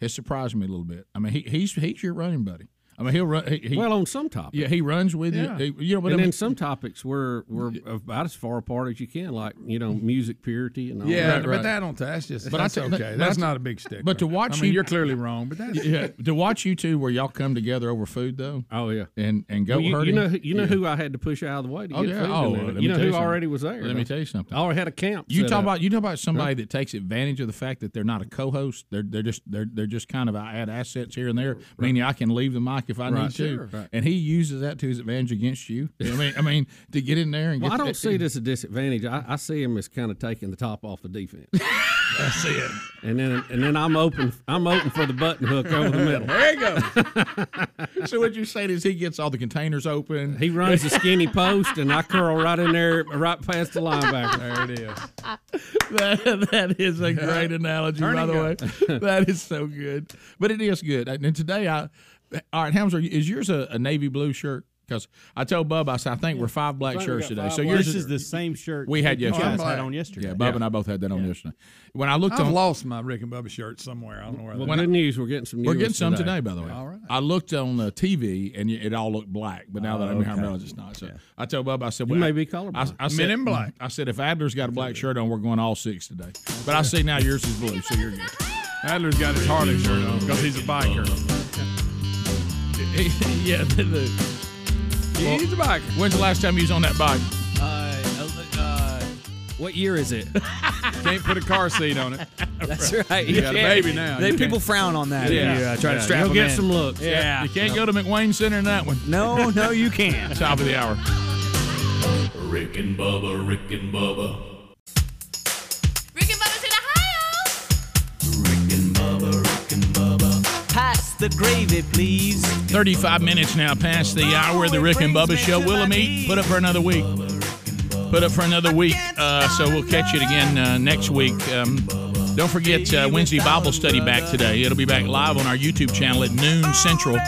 [SPEAKER 1] has surprised me a little bit. I mean, he, he's he's your running buddy. I mean, he'll run. He, he-
[SPEAKER 2] Well, on some topics.
[SPEAKER 1] Yeah, he runs with
[SPEAKER 2] Yeah.
[SPEAKER 1] you. He- you know, but
[SPEAKER 2] and
[SPEAKER 1] I mean,
[SPEAKER 2] then some topics we're we're about as far apart as you can, like you know, music purity and all
[SPEAKER 7] Yeah,
[SPEAKER 2] that.
[SPEAKER 7] but that don't. That's just.
[SPEAKER 1] But I
[SPEAKER 7] that's
[SPEAKER 1] tell- but
[SPEAKER 7] okay.
[SPEAKER 1] I
[SPEAKER 7] That's
[SPEAKER 1] tell-
[SPEAKER 7] not a big stick.
[SPEAKER 1] But to watch
[SPEAKER 7] I mean,
[SPEAKER 1] you,
[SPEAKER 7] you're clearly wrong. But that's
[SPEAKER 1] yeah, to watch you two where y'all come together over food though.
[SPEAKER 2] Oh yeah,
[SPEAKER 1] and and go
[SPEAKER 2] Well, you, you
[SPEAKER 1] herding.
[SPEAKER 2] know, who- you know
[SPEAKER 1] Yeah.
[SPEAKER 2] who I had to push out of the way to
[SPEAKER 1] Oh,
[SPEAKER 2] get
[SPEAKER 1] yeah.
[SPEAKER 2] food. in
[SPEAKER 1] Oh,
[SPEAKER 2] there?
[SPEAKER 1] let me
[SPEAKER 2] you know
[SPEAKER 1] tell
[SPEAKER 2] who
[SPEAKER 1] you something.
[SPEAKER 2] already was there.
[SPEAKER 1] Let me tell you something.
[SPEAKER 2] I already had a camp.
[SPEAKER 1] You
[SPEAKER 2] set
[SPEAKER 1] talk
[SPEAKER 2] up.
[SPEAKER 1] about you know about somebody
[SPEAKER 2] Huh?
[SPEAKER 1] that takes advantage of the fact that they're not a co-host. They're they're just they're they're just kind of I add assets here and there. Meaning I can leave the mic if I
[SPEAKER 2] Right,
[SPEAKER 1] need to,
[SPEAKER 2] sure. Right.
[SPEAKER 1] and he uses that to his advantage against you. I mean I mean to get in there and
[SPEAKER 2] Well, I
[SPEAKER 1] get
[SPEAKER 2] don't see it as a disadvantage. I, I see him as kind of taking the top off the defense. I see it, and then and then I'm open. I'm open for the button hook over the middle.
[SPEAKER 1] There you go. so what you're saying is he gets all the containers open.
[SPEAKER 2] He runs the skinny post, and I curl right in there, right past the linebacker.
[SPEAKER 1] There it is. that, that is a great analogy, by the way. That is so good. But it is good. And and today, I all right, Hamza, is yours a, a navy blue shirt? Because I told Bub, I said, I think we're five black
[SPEAKER 4] Right, we
[SPEAKER 1] shirts
[SPEAKER 4] got
[SPEAKER 1] today.
[SPEAKER 4] five
[SPEAKER 1] So
[SPEAKER 4] black
[SPEAKER 1] yours
[SPEAKER 4] shirts. This is the same shirt
[SPEAKER 1] we had
[SPEAKER 4] you guys
[SPEAKER 1] yesterday.
[SPEAKER 4] had on yesterday.
[SPEAKER 1] Yeah, Bub
[SPEAKER 4] Yeah.
[SPEAKER 1] and I both had that on yesterday. When I looked
[SPEAKER 7] I've
[SPEAKER 1] on,
[SPEAKER 7] lost my Rick and Bubba shirt somewhere. I don't know where.
[SPEAKER 1] Well,
[SPEAKER 7] that
[SPEAKER 1] good
[SPEAKER 2] news. We're getting some.
[SPEAKER 1] we're getting some today, by the way.
[SPEAKER 7] All right.
[SPEAKER 1] I looked on the TV and it all looked black, but now that I'm here, I
[SPEAKER 7] okay.
[SPEAKER 1] realize it's not. So I told Bub, I said,
[SPEAKER 2] You
[SPEAKER 1] well,
[SPEAKER 2] may
[SPEAKER 1] I-
[SPEAKER 2] be colorblind.
[SPEAKER 1] I, I
[SPEAKER 7] Men
[SPEAKER 1] said,
[SPEAKER 7] in black.
[SPEAKER 1] I said, if Adler's got a black shirt on, we're going all six today. But I see now yours is blue, so you're good.
[SPEAKER 7] Adler's got his Harley shirt on because he's a biker.
[SPEAKER 1] yeah, the, the,
[SPEAKER 7] he's a biker.
[SPEAKER 1] When's the last time you was on that bike?
[SPEAKER 13] Uh,
[SPEAKER 5] Oh
[SPEAKER 13] uh, what year is it?
[SPEAKER 7] Can't put a car seat on it.
[SPEAKER 13] That's right.
[SPEAKER 7] You got a
[SPEAKER 13] can't.
[SPEAKER 7] baby now.
[SPEAKER 13] They,
[SPEAKER 7] You
[SPEAKER 13] people
[SPEAKER 7] can't.
[SPEAKER 13] frown on that.
[SPEAKER 7] Yeah.
[SPEAKER 13] when You, uh, try
[SPEAKER 7] Yeah.
[SPEAKER 13] to strap
[SPEAKER 7] You'll
[SPEAKER 13] them
[SPEAKER 7] get
[SPEAKER 13] in.
[SPEAKER 7] some looks.
[SPEAKER 13] Yeah.
[SPEAKER 1] You can't go to McWayne Center in that one.
[SPEAKER 13] No, no, you can't.
[SPEAKER 1] Top of the hour.
[SPEAKER 14] Rick and Bubba, Rick and Bubba.
[SPEAKER 17] Pass the gravy, please.
[SPEAKER 1] 35 minutes now past the hour of the Rick and Bubba Show. Willamette, put up for another week. Put up for another week. Uh, so we'll catch it again uh, next week. Um, don't forget uh, Wednesday Bible study back today. It'll be back live on our YouTube channel at noon Central,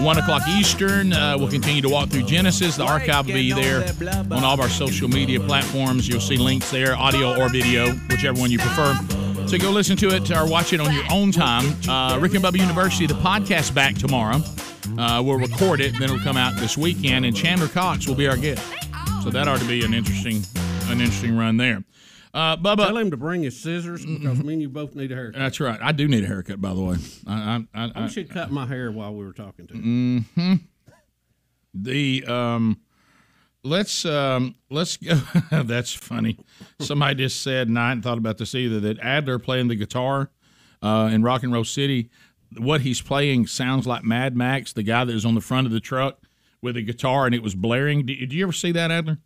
[SPEAKER 1] 1 o'clock Eastern. Uh, we'll continue to walk through Genesis. The archive will be there on all of our social media platforms. You'll see links there, audio or video, whichever one you prefer. So go listen to it or watch it on your own time. Uh, Rick and Bubba University, the podcast back tomorrow. Uh, we'll record it, then it'll come out this weekend, and Chandler Cox will be our guest. So that ought to be an interesting, an interesting run there. Uh, Bubba,
[SPEAKER 2] Tell him to bring his scissors because me and you both need a haircut.
[SPEAKER 1] Mm-hmm. that's right. I do need a haircut, by the way. I, I, I,
[SPEAKER 2] I should cut my hair while we were talking to. him.
[SPEAKER 1] hmm The um, let's um, let's go. that's funny. Somebody just said, and I hadn't thought about this either. That Adler playing the guitar uh, in Rock and Roll City, what he's playing sounds like Mad Max, the guy that was on the front of the truck with a guitar and it was blaring. Did, did you ever see that Adler?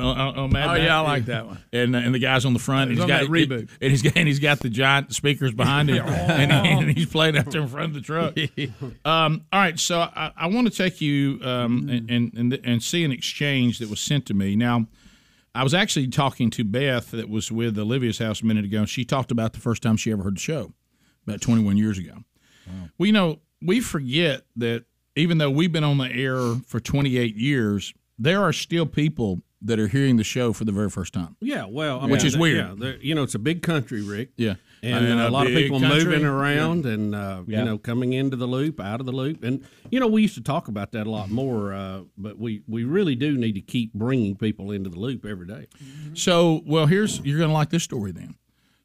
[SPEAKER 1] Uh, uh, uh, Mad
[SPEAKER 7] Oh,
[SPEAKER 1] Max.
[SPEAKER 7] yeah, I like that one.
[SPEAKER 1] And uh, and the guys on the front.
[SPEAKER 7] He's
[SPEAKER 1] and
[SPEAKER 7] on
[SPEAKER 1] he's got
[SPEAKER 7] that reboot.
[SPEAKER 1] And he's got and he's got the giant speakers behind him, and, and he's playing out there in front of the truck. Um, all right, so I, I want to take you um,
[SPEAKER 2] Mm.
[SPEAKER 1] and, and and and see an exchange that was sent to me. Now, I was actually talking to Beth that was with Olivia's house a minute ago. and She talked about the first time she ever heard the show, about 21 years ago. Well, you know, we forget that even though we've been on the air for 28 years, there are still people that are hearing the show for the very first time.
[SPEAKER 2] Yeah, well, I
[SPEAKER 1] Mm-hmm. Which
[SPEAKER 2] mean,
[SPEAKER 1] is
[SPEAKER 2] th-
[SPEAKER 1] weird.
[SPEAKER 2] Yeah, they're- you know, it's a big country, Rick.
[SPEAKER 1] Yeah.
[SPEAKER 2] and,
[SPEAKER 1] And
[SPEAKER 2] uh,
[SPEAKER 1] a
[SPEAKER 2] a lot of
[SPEAKER 1] big
[SPEAKER 2] people
[SPEAKER 1] country.
[SPEAKER 2] moving around
[SPEAKER 1] Yeah.
[SPEAKER 2] and uh,
[SPEAKER 1] Yeah.
[SPEAKER 2] you know coming into the loop, out of the loop, and you know we used to talk about that a lot more. Uh, but we we really do need to keep bringing people into the loop every day.
[SPEAKER 1] Mm-hmm. So, well, here's you're going to like this story then.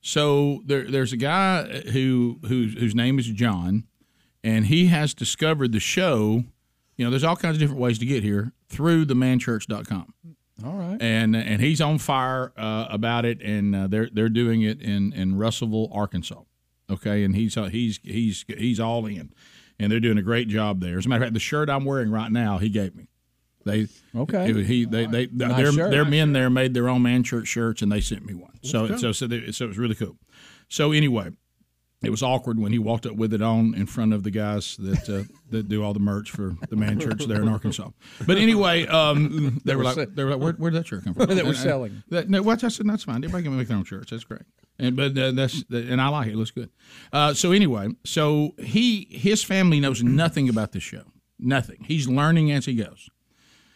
[SPEAKER 1] So there, there's a guy who whose whose name is John, and he has discovered the show. You know, there's all kinds of different ways to get here through themanchurch.com.
[SPEAKER 7] All right.
[SPEAKER 1] and and he's on fire uh, about it, and uh, they're they're doing it in in Russellville, Arkansas. Okay, and he's uh, he's he's he's all in, and they're doing a great job there. As a matter of fact, the shirt I'm wearing right now, he gave me. They
[SPEAKER 7] Okay.
[SPEAKER 1] it was- he they they
[SPEAKER 7] Nice
[SPEAKER 1] their,
[SPEAKER 7] shirt.
[SPEAKER 1] their men there made their own man church shirts, and they sent me one. So
[SPEAKER 7] That's
[SPEAKER 1] so
[SPEAKER 7] cool.
[SPEAKER 1] so they, so it was really cool. So anyway, it was awkward when he walked up with it on in front of the guys that uh, that do all the merch for the man church there in Arkansas. But anyway, um, they were like, they were like, where, where'd that shirt come from?
[SPEAKER 7] That we're
[SPEAKER 1] And- and-
[SPEAKER 7] selling.
[SPEAKER 1] That, no, well, that's that's fine. Everybody can make their own shirts. That's great. And but uh, that's and I like it. It looks good. Uh, so anyway, so he his family knows nothing about this show. Nothing. He's learning as he goes.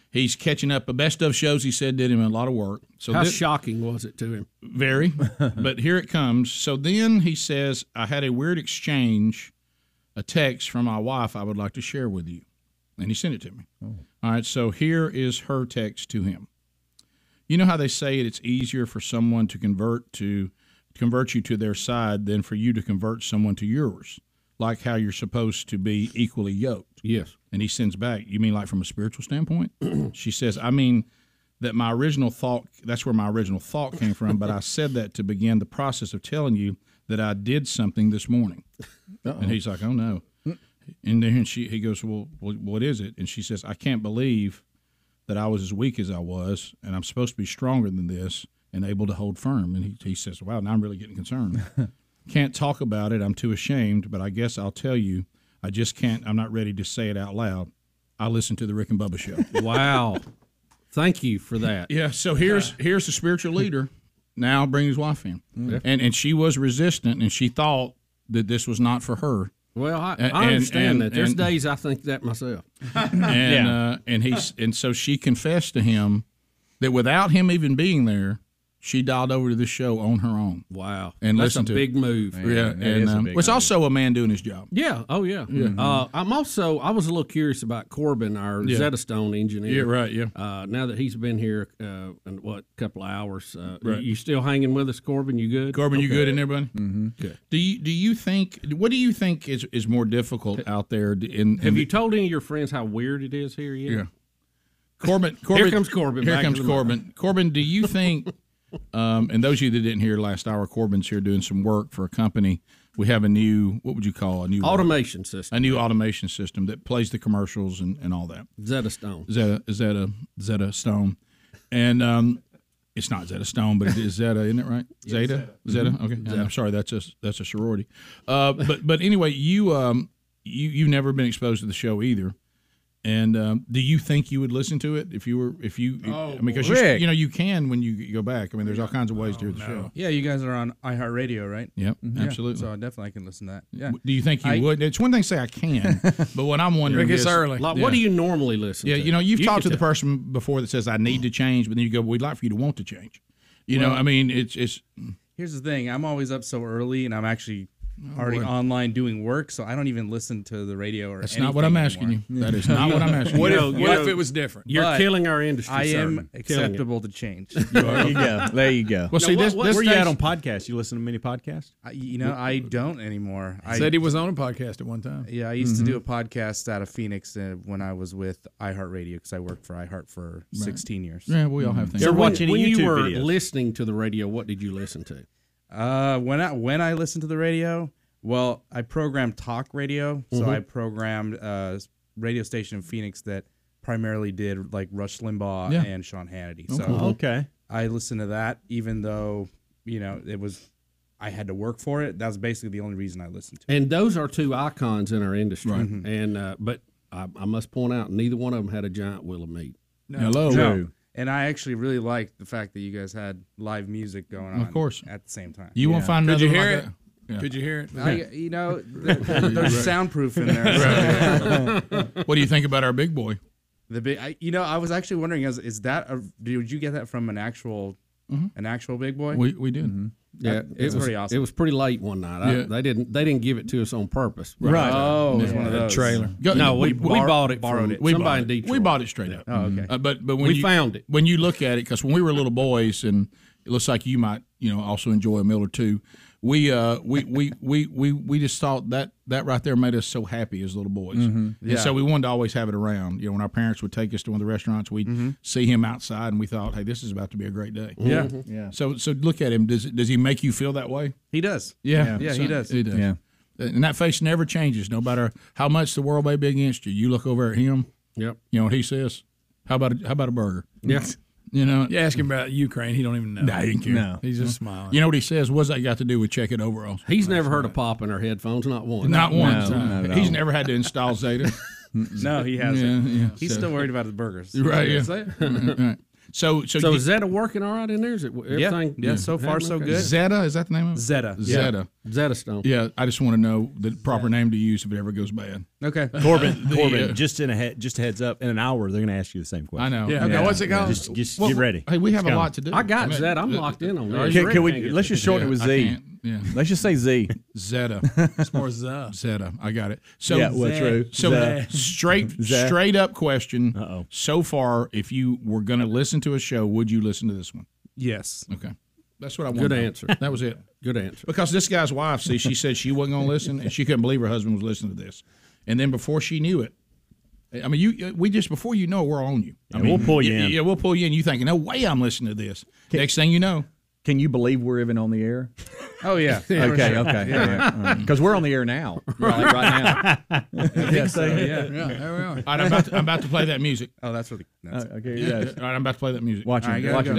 [SPEAKER 1] He's catching up. The best of shows he said did him a lot of work. So
[SPEAKER 2] How
[SPEAKER 1] this-
[SPEAKER 2] shocking was it to him?
[SPEAKER 1] very, but here it comes. So then he says, I had a weird exchange, a text from my wife I would like to share with you. And he sent it to me. All right, so here is her text to him. You know how they say it, it's easier for someone to convert to convert you to their side than for you to convert someone to yours, like how you're supposed to be equally yoked.
[SPEAKER 2] Yes.
[SPEAKER 1] And he sends back, you mean like from a spiritual standpoint? she says, I mean that my original thought that's where my original thought came from, but I said that to begin the process of telling you that I did something this morning. And he's like, "Oh no." And then she he goes, "Well, wh- what is it?" And she says, "I can't believe that I was as weak as I was, and I'm supposed to be stronger than this and able to hold firm." And he, he says, "Wow, now I'm really getting concerned. can't talk about it. I'm too ashamed, but I guess I'll tell you. I just can't. I'm not ready to say it out loud. I listen to the Rick and Bubba show."
[SPEAKER 2] Wow. Thank you for that. Uh,
[SPEAKER 1] Yeah. So here's here's the spiritual leader now bring his wife in,
[SPEAKER 2] Yeah.
[SPEAKER 1] and and she was resistant, and she thought that this was not for her.
[SPEAKER 2] Well, I,
[SPEAKER 1] And-
[SPEAKER 2] I understand
[SPEAKER 1] and-
[SPEAKER 2] that. There's
[SPEAKER 1] and-
[SPEAKER 2] days I think that myself.
[SPEAKER 1] and uh, and he's and so she confessed to him that without him even being there, she dialed over to this show on her own.
[SPEAKER 2] Wow,
[SPEAKER 1] and
[SPEAKER 2] That's
[SPEAKER 1] listened
[SPEAKER 2] a
[SPEAKER 1] to
[SPEAKER 2] big
[SPEAKER 1] it.
[SPEAKER 2] move.
[SPEAKER 1] Yeah,
[SPEAKER 2] Man, that
[SPEAKER 1] and
[SPEAKER 2] is a
[SPEAKER 1] um,
[SPEAKER 2] big
[SPEAKER 1] was also a man doing his job.
[SPEAKER 2] Yeah. Oh, yeah.
[SPEAKER 1] Mhm.
[SPEAKER 2] Uh, I'm also. I was a little curious about Corbin, our
[SPEAKER 1] Yeah.
[SPEAKER 2] Zeta Stone engineer.
[SPEAKER 1] Yeah, right, yeah.
[SPEAKER 2] Uh, now that he's been here, uh, in, what couple of hours? Uh,
[SPEAKER 1] Right.
[SPEAKER 2] You still hanging with us, Corbin? You good?
[SPEAKER 1] Corbin, you
[SPEAKER 2] Okay.
[SPEAKER 1] good and everybody? Mm-hmm.
[SPEAKER 2] Good.
[SPEAKER 1] Do you do you think what do you think is, is more difficult out there? In, in
[SPEAKER 2] Have you told any of your friends how weird it is here yet?
[SPEAKER 1] Yeah. Corbin, Corbin,
[SPEAKER 2] here comes Corbin.
[SPEAKER 1] Here
[SPEAKER 2] back
[SPEAKER 1] comes
[SPEAKER 2] to the mic.
[SPEAKER 1] Corbin. Corbin, do you think? um, and those of you that didn't hear last hour, Corbin's here doing some work for a company. We have a new, what would you call a new
[SPEAKER 2] Automation system.
[SPEAKER 1] A new automation system that plays the commercials and, and all that.
[SPEAKER 2] Zeta Stone.
[SPEAKER 1] Zeta Zeta Zeta Stone, and um, it's not Zeta Stone, but it is Zeta, isn't it right? Zeta Zeta.
[SPEAKER 2] Mm-hmm.
[SPEAKER 7] Mhm.
[SPEAKER 1] Okay, Yeah,
[SPEAKER 7] Zeta.
[SPEAKER 1] I'm sorry, that's a that's a sorority. Uh, but but anyway, you um you you've never been exposed to the show either. And um, do you think you would listen to it if you were if you?
[SPEAKER 5] Oh,
[SPEAKER 1] I mean, because you,
[SPEAKER 5] Rick.
[SPEAKER 1] you know you can when you go back. I mean, there's all kinds of ways to hear the show.
[SPEAKER 5] Yeah, you guys are on iHeartRadio, right?
[SPEAKER 1] Yep,
[SPEAKER 5] Mhm. Yeah,
[SPEAKER 1] absolutely.
[SPEAKER 5] So I definitely can listen to that. Yeah.
[SPEAKER 1] Do you think you
[SPEAKER 5] I-
[SPEAKER 1] would? It's one thing to say I can, but what I'm wondering
[SPEAKER 5] Rick, it's
[SPEAKER 1] is
[SPEAKER 5] early.
[SPEAKER 2] Like, what do you normally listen
[SPEAKER 1] Yeah,
[SPEAKER 2] to?
[SPEAKER 1] you know, you've
[SPEAKER 2] You
[SPEAKER 1] talked
[SPEAKER 2] can
[SPEAKER 1] to the
[SPEAKER 2] tell.
[SPEAKER 1] person before that says I need to change, but then you go, "We'd like for you to want to change." You know,
[SPEAKER 5] Well-
[SPEAKER 1] I mean, it's it's
[SPEAKER 5] Here's the thing. I'm always up so early, and I'm actually
[SPEAKER 1] Oh,
[SPEAKER 5] already
[SPEAKER 1] boy.
[SPEAKER 5] online doing work, so I don't even listen to the radio or.
[SPEAKER 1] That's not what I'm
[SPEAKER 5] anything
[SPEAKER 1] asking you.
[SPEAKER 5] anymore.
[SPEAKER 1] That is not what I'm asking
[SPEAKER 5] What
[SPEAKER 1] you.
[SPEAKER 5] if-
[SPEAKER 1] You know,
[SPEAKER 5] what
[SPEAKER 1] you
[SPEAKER 5] if
[SPEAKER 1] know,
[SPEAKER 5] it was different?
[SPEAKER 1] you're
[SPEAKER 5] But
[SPEAKER 1] killing our industry,
[SPEAKER 5] I
[SPEAKER 1] sir.
[SPEAKER 5] am
[SPEAKER 1] Killing it.
[SPEAKER 5] acceptable to change.
[SPEAKER 3] There you go. There you go.
[SPEAKER 1] Well, see, this- this
[SPEAKER 4] where you at
[SPEAKER 1] takes-
[SPEAKER 4] on podcasts? You listen to many podcasts?
[SPEAKER 5] I, you know, I don't anymore. I
[SPEAKER 7] Said he was on a podcast at one time.
[SPEAKER 5] Yeah, I used to
[SPEAKER 4] Mm-hmm.
[SPEAKER 5] do a podcast out of Phoenix uh, when I was with iHeartRadio because I worked for iHeart for 16 years.
[SPEAKER 2] Mm-hmm. So when, when you were listening to the radio, what did you listen to?
[SPEAKER 5] Uh, when I when I listen to the radio, well, I programmed uh, talk radio, so
[SPEAKER 2] Mhm.
[SPEAKER 5] I programmed a radio station in Phoenix that primarily did like Rush Limbaugh
[SPEAKER 4] Yeah.
[SPEAKER 5] and Sean Hannity. So
[SPEAKER 4] Okay. Okay.
[SPEAKER 5] I listened to that, even though you know it was I had to work for it. That was basically the only reason I listened to. it.
[SPEAKER 2] And those are two icons in our industry.
[SPEAKER 5] Right.
[SPEAKER 1] Mm-hmm.
[SPEAKER 2] And uh, but I, I must point out, neither one of them had a giant wheel of meat.
[SPEAKER 5] No. And I actually really liked the fact that you guys had live music going on.
[SPEAKER 2] Of course.
[SPEAKER 5] At the same time.
[SPEAKER 1] You won't Yeah. find
[SPEAKER 5] Could
[SPEAKER 1] another
[SPEAKER 5] you
[SPEAKER 1] one
[SPEAKER 5] hear
[SPEAKER 1] like that. Yeah. Could you hear it?
[SPEAKER 5] I,
[SPEAKER 1] Yeah.
[SPEAKER 5] you know, th-
[SPEAKER 1] Right.
[SPEAKER 5] there's soundproof in there.
[SPEAKER 1] Right. What do you think about our big boy?
[SPEAKER 5] The big, I, you know, I was actually wondering, is, is that a, did you get that from an actual,
[SPEAKER 1] Mhm.
[SPEAKER 5] an actual big boy?
[SPEAKER 1] We- we did. Mhm.
[SPEAKER 5] That-
[SPEAKER 2] Mm-hmm. Yeah,
[SPEAKER 5] it's
[SPEAKER 2] it was
[SPEAKER 5] pretty awesome.
[SPEAKER 2] It was pretty late one night. I,
[SPEAKER 5] Yeah.
[SPEAKER 2] They didn't. They didn't give it to us on purpose.
[SPEAKER 5] Right. Oh, it was
[SPEAKER 2] Yeah.
[SPEAKER 5] one of those.
[SPEAKER 1] Go-
[SPEAKER 2] no, we, we,
[SPEAKER 1] bar-
[SPEAKER 2] bought it.
[SPEAKER 1] borrowed
[SPEAKER 2] from
[SPEAKER 1] We
[SPEAKER 2] somebody
[SPEAKER 1] bought
[SPEAKER 2] in
[SPEAKER 1] it.
[SPEAKER 2] Detroit.
[SPEAKER 1] We bought it straight up.
[SPEAKER 2] Yeah. Oh, okay.
[SPEAKER 1] Uh, but but when
[SPEAKER 2] We
[SPEAKER 1] you,
[SPEAKER 2] found it.
[SPEAKER 1] when you look at it, because when we were little boys, and it looks like you might you know also enjoy a meal or two. We uh we we we we we just thought that that right there made us so happy as little boys,
[SPEAKER 7] Mhm.
[SPEAKER 1] and
[SPEAKER 7] Yeah.
[SPEAKER 1] so we wanted to always have it around. You know, when our parents would take us to one of the restaurants, we'd see him outside, and we thought, hey, this is about to be a great day.
[SPEAKER 5] Yeah. Mhm. Yeah.
[SPEAKER 1] So so look at him. Does does he make you feel that way?
[SPEAKER 5] He does.
[SPEAKER 1] Yeah.
[SPEAKER 5] Yeah,
[SPEAKER 1] So-
[SPEAKER 5] he does.
[SPEAKER 1] He does.
[SPEAKER 5] Yeah.
[SPEAKER 1] And that face never changes, no matter how much the world may be against you. You look over at him.
[SPEAKER 2] Yep.
[SPEAKER 1] You know what he says? How about a, how about a burger?
[SPEAKER 2] Yeah.
[SPEAKER 1] You know.
[SPEAKER 7] You ask him about Ukraine, he don't even know.
[SPEAKER 1] No, he didn't care.
[SPEAKER 7] No. He's just
[SPEAKER 1] No.
[SPEAKER 7] smiling.
[SPEAKER 1] You know what he says? What's that got to do with checking overalls?
[SPEAKER 2] He's never heard a pop in our headphones. Not one.
[SPEAKER 1] Not one time. He's never had to install Zeta.
[SPEAKER 5] No, he hasn't. He's still worried about his burgers.
[SPEAKER 1] Right. Yeah.
[SPEAKER 5] Is that-
[SPEAKER 1] Right, right. So so,
[SPEAKER 2] So
[SPEAKER 1] you-
[SPEAKER 2] is Zeta working all right in there? Is it everything? Okay.
[SPEAKER 1] Zeta is that the name of it?
[SPEAKER 5] Zeta.
[SPEAKER 1] Zeta.
[SPEAKER 2] Yeah. Zeta Stone.
[SPEAKER 1] Yeah, I just want to know the proper name to use if it ever goes bad.
[SPEAKER 5] Okay.
[SPEAKER 4] Corbin,
[SPEAKER 1] The,
[SPEAKER 4] Corbin,
[SPEAKER 1] uh,
[SPEAKER 4] just in a head, just a heads up. In an hour, they're going to ask you the same question.
[SPEAKER 1] I know. Yeah. Okay, what's it called?
[SPEAKER 4] Just, just
[SPEAKER 1] Well,
[SPEAKER 4] get ready.
[SPEAKER 1] hey, we have a
[SPEAKER 4] It's
[SPEAKER 1] lot to do.
[SPEAKER 2] I got
[SPEAKER 1] mean,
[SPEAKER 2] Zeta. I'm
[SPEAKER 1] uh,
[SPEAKER 2] locked in on
[SPEAKER 1] uh,
[SPEAKER 2] that.
[SPEAKER 1] are you
[SPEAKER 3] Can,
[SPEAKER 1] ready?
[SPEAKER 3] can
[SPEAKER 1] Can't
[SPEAKER 3] we
[SPEAKER 1] get
[SPEAKER 3] let's
[SPEAKER 1] this.
[SPEAKER 3] just shorten
[SPEAKER 1] Yeah,
[SPEAKER 3] it with
[SPEAKER 1] I
[SPEAKER 3] Z.
[SPEAKER 1] can't. Yeah.
[SPEAKER 3] Let's just say Z.
[SPEAKER 1] Zeta.
[SPEAKER 7] It's more Zuh.
[SPEAKER 1] Zeta. I got it. So
[SPEAKER 3] Yeah, well, true.
[SPEAKER 1] So
[SPEAKER 3] Zeta.
[SPEAKER 1] straight
[SPEAKER 3] Zeta.
[SPEAKER 1] straight up question. Uh-oh. So far, if you were going to listen to a show, would you listen to this one?
[SPEAKER 5] Yes.
[SPEAKER 1] Okay. That's what I want.
[SPEAKER 2] Good
[SPEAKER 1] to know.
[SPEAKER 2] answer.
[SPEAKER 1] That was it.
[SPEAKER 2] Good answer.
[SPEAKER 1] Because this guy's wife, see, she said she wasn't going to listen, and she couldn't believe her husband was listening to this. And then before she knew it, I mean, you we just before you know, it, we're on you. I
[SPEAKER 4] Yeah,
[SPEAKER 1] mean,
[SPEAKER 4] we'll pull you
[SPEAKER 1] yeah,
[SPEAKER 4] in.
[SPEAKER 1] Yeah, we'll pull you in. You thinking, no way, I'm listening to this. Next thing you know,
[SPEAKER 3] Can you believe we're even on the air?
[SPEAKER 5] Oh yeah.
[SPEAKER 3] okay,
[SPEAKER 5] Sure.
[SPEAKER 3] okay,
[SPEAKER 5] Yeah.
[SPEAKER 3] Because we're on the air now, right, right now.
[SPEAKER 1] Yes,
[SPEAKER 3] so,
[SPEAKER 1] yeah.
[SPEAKER 7] there we are.
[SPEAKER 1] All right, I'm about, to, I'm about to play that music.
[SPEAKER 5] Oh, that's really. That's,
[SPEAKER 3] Uh, okay, yeah.
[SPEAKER 1] All right, I'm about to play that music.
[SPEAKER 3] Watch it,
[SPEAKER 1] All right, gotta
[SPEAKER 3] watch it.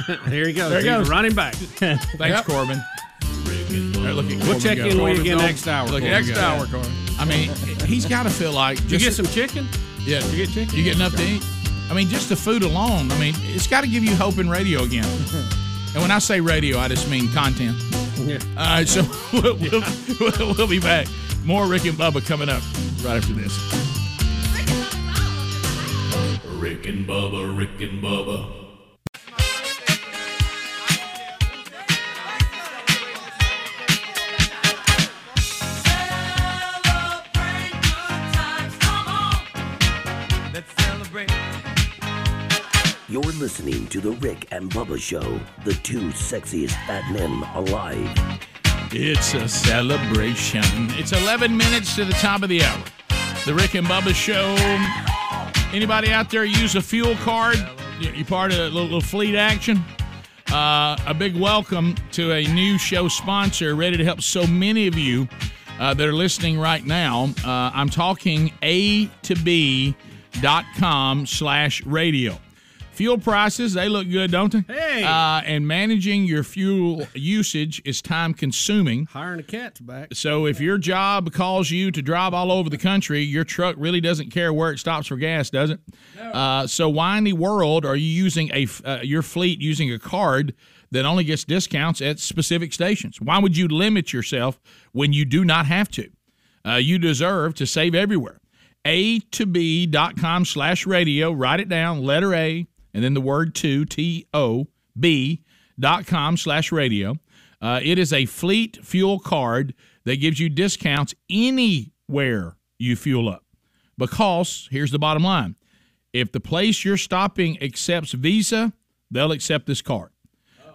[SPEAKER 1] go.
[SPEAKER 3] Ready?
[SPEAKER 2] There he goes.
[SPEAKER 1] There he
[SPEAKER 2] He's
[SPEAKER 1] goes.
[SPEAKER 2] running back.
[SPEAKER 1] Thanks, Corbin. All right, look at
[SPEAKER 2] We'll
[SPEAKER 1] Corbin
[SPEAKER 2] check
[SPEAKER 1] go.
[SPEAKER 2] in with you again
[SPEAKER 1] Corbin go.
[SPEAKER 2] next hour,
[SPEAKER 1] Look at
[SPEAKER 2] Corbin
[SPEAKER 1] next
[SPEAKER 2] go.
[SPEAKER 1] hour, Corbin. I mean, he's got to feel like.
[SPEAKER 2] you
[SPEAKER 1] just-
[SPEAKER 2] get some chicken?
[SPEAKER 1] Yeah,
[SPEAKER 2] You get chicken?
[SPEAKER 1] You get enough to eat. I mean, just the food alone. I mean, it's got to give you hope in radio again. And when I say radio, I just mean content.
[SPEAKER 2] Yeah.
[SPEAKER 1] All right, so we'll, we'll, we'll, we'll be back. More Rick and Bubba coming up right after this.
[SPEAKER 14] Rick and Bubba, Rick and Bubba.
[SPEAKER 17] Let's celebrate.
[SPEAKER 18] You're listening to The Rick and Bubba Show, the two sexiest fat men alive.
[SPEAKER 1] It's a celebration. It's 11 minutes to the top of the hour. The Rick and Bubba Show. Anybody out there use a fuel card? You- You part of a little, little fleet action? Uh, a big welcome to a new show sponsor ready to help so many of you uh, that are listening right now. Uh, I'm talking A to B dot com slash radio. Fuel prices, they look good, don't they? Hey! Uh, and managing your fuel usage is time consuming.
[SPEAKER 2] Hiring a cat's back.
[SPEAKER 1] So if your job calls you to drive all over the country, your truck really doesn't care where it stops for gas, does it? Uh, so why in the world are you using a f- uh, your fleet using a card that only gets discounts at specific stations? Why would you limit yourself when you do not have to? Uh, you deserve to save everywhere. A to B dot com slash radio. Write it down. Letter A and then the word to T O B dot com slash radio. Uh, it is a fleet fuel card that gives you discounts anywhere you fuel up. Because here's the bottom line if the place you're stopping accepts Visa, they'll accept this card.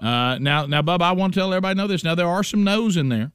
[SPEAKER 1] Uh, now, now, Bub, I want to tell everybody know this. Now, there are some no's in there.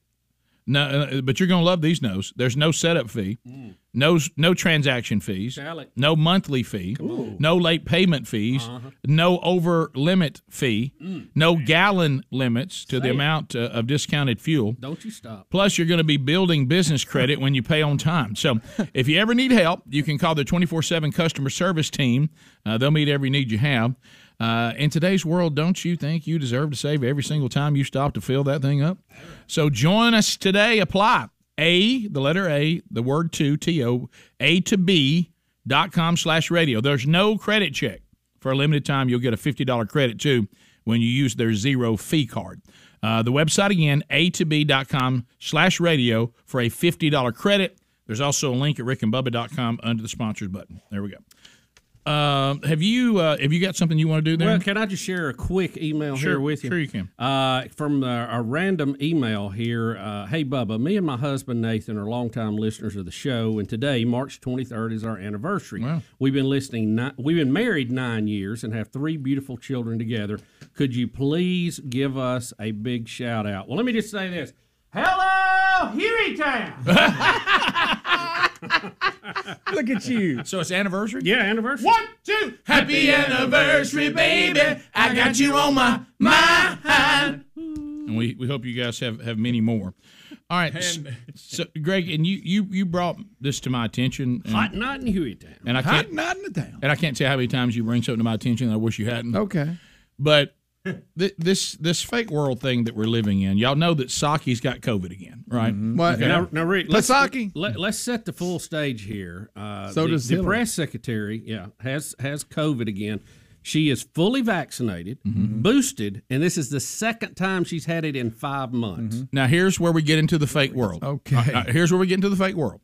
[SPEAKER 1] No, uh, but you're going to love these no's. There's no setup fee,
[SPEAKER 2] Mm.
[SPEAKER 1] no no transaction fees,
[SPEAKER 2] Shall it?
[SPEAKER 1] no monthly fee, no late payment fees,
[SPEAKER 2] Uh-huh.
[SPEAKER 1] no over limit fee,
[SPEAKER 2] Mm.
[SPEAKER 1] no gallon limits to
[SPEAKER 2] Say
[SPEAKER 1] the
[SPEAKER 2] it.
[SPEAKER 1] amount uh, of discounted fuel.
[SPEAKER 2] Don't you stop.
[SPEAKER 1] Plus, you're going to be building business credit when you pay on time. So, if you ever need help, you can call the 24 7 customer service team. Uh, they'll meet every need you have. Uh, in today's world, don't you think you deserve to save every single time you stop to fill that thing up? So, join us today. Apply A, the letter A, the word to, T O, A to B dot com slash radio. There's no credit check. For a limited time, you'll get a $50 credit too when you use their zero fee card. Uh, the website again, a to b.com slash radio for a $50 credit. There's also a link at rickandbubba.com under the sponsors button. There we go. Um, have you uh, have you got something you want to do there?
[SPEAKER 2] Well, can I just share a quick email
[SPEAKER 1] Sure,
[SPEAKER 2] here with you?
[SPEAKER 1] sure you can.
[SPEAKER 2] Uh, from uh, a random email here. Uh, hey, Bubba, me and my husband Nathan are longtime listeners of the show, and today, March 23rd, is our anniversary.
[SPEAKER 1] Wow.
[SPEAKER 2] We've been listening. Ni- we've been married nine years and have three beautiful children together. Could you please give us a big shout out? Well, let me just say this.
[SPEAKER 19] Oh,
[SPEAKER 2] Hello, Hueytown.
[SPEAKER 1] Look at you. So it's anniversary.
[SPEAKER 2] Yeah, anniversary.
[SPEAKER 1] One, two. Happy anniversary, baby. I got you on my mind. And we, we hope you guys have, have many more. All right, s- so Greg, and you you you brought this to my attention. and-
[SPEAKER 2] Hot night in Hueytown.
[SPEAKER 1] and I can't
[SPEAKER 7] not in the town.
[SPEAKER 1] And I can't tell how many times you bring something to my attention. that I wish you hadn't.
[SPEAKER 7] Okay.
[SPEAKER 1] But th- this this fake world thing that we're living in, y'all know that Saki's got COVID again, right?
[SPEAKER 7] Mm-hmm. What?
[SPEAKER 1] Okay.
[SPEAKER 2] Now, now, Rick, let's,
[SPEAKER 7] Psaki.
[SPEAKER 2] Let, us set the full stage here. Uh,
[SPEAKER 7] So
[SPEAKER 2] the,
[SPEAKER 7] does
[SPEAKER 2] the
[SPEAKER 7] Hillary.
[SPEAKER 2] press secretary. Yeah, has has COVID again. She is fully vaccinated,
[SPEAKER 7] Mm-hmm.
[SPEAKER 2] boosted, and this is the second time she's had it in five months.
[SPEAKER 7] Mm-hmm.
[SPEAKER 1] Now here's where we get into the fake world. Okay. here's where we get into the fake world.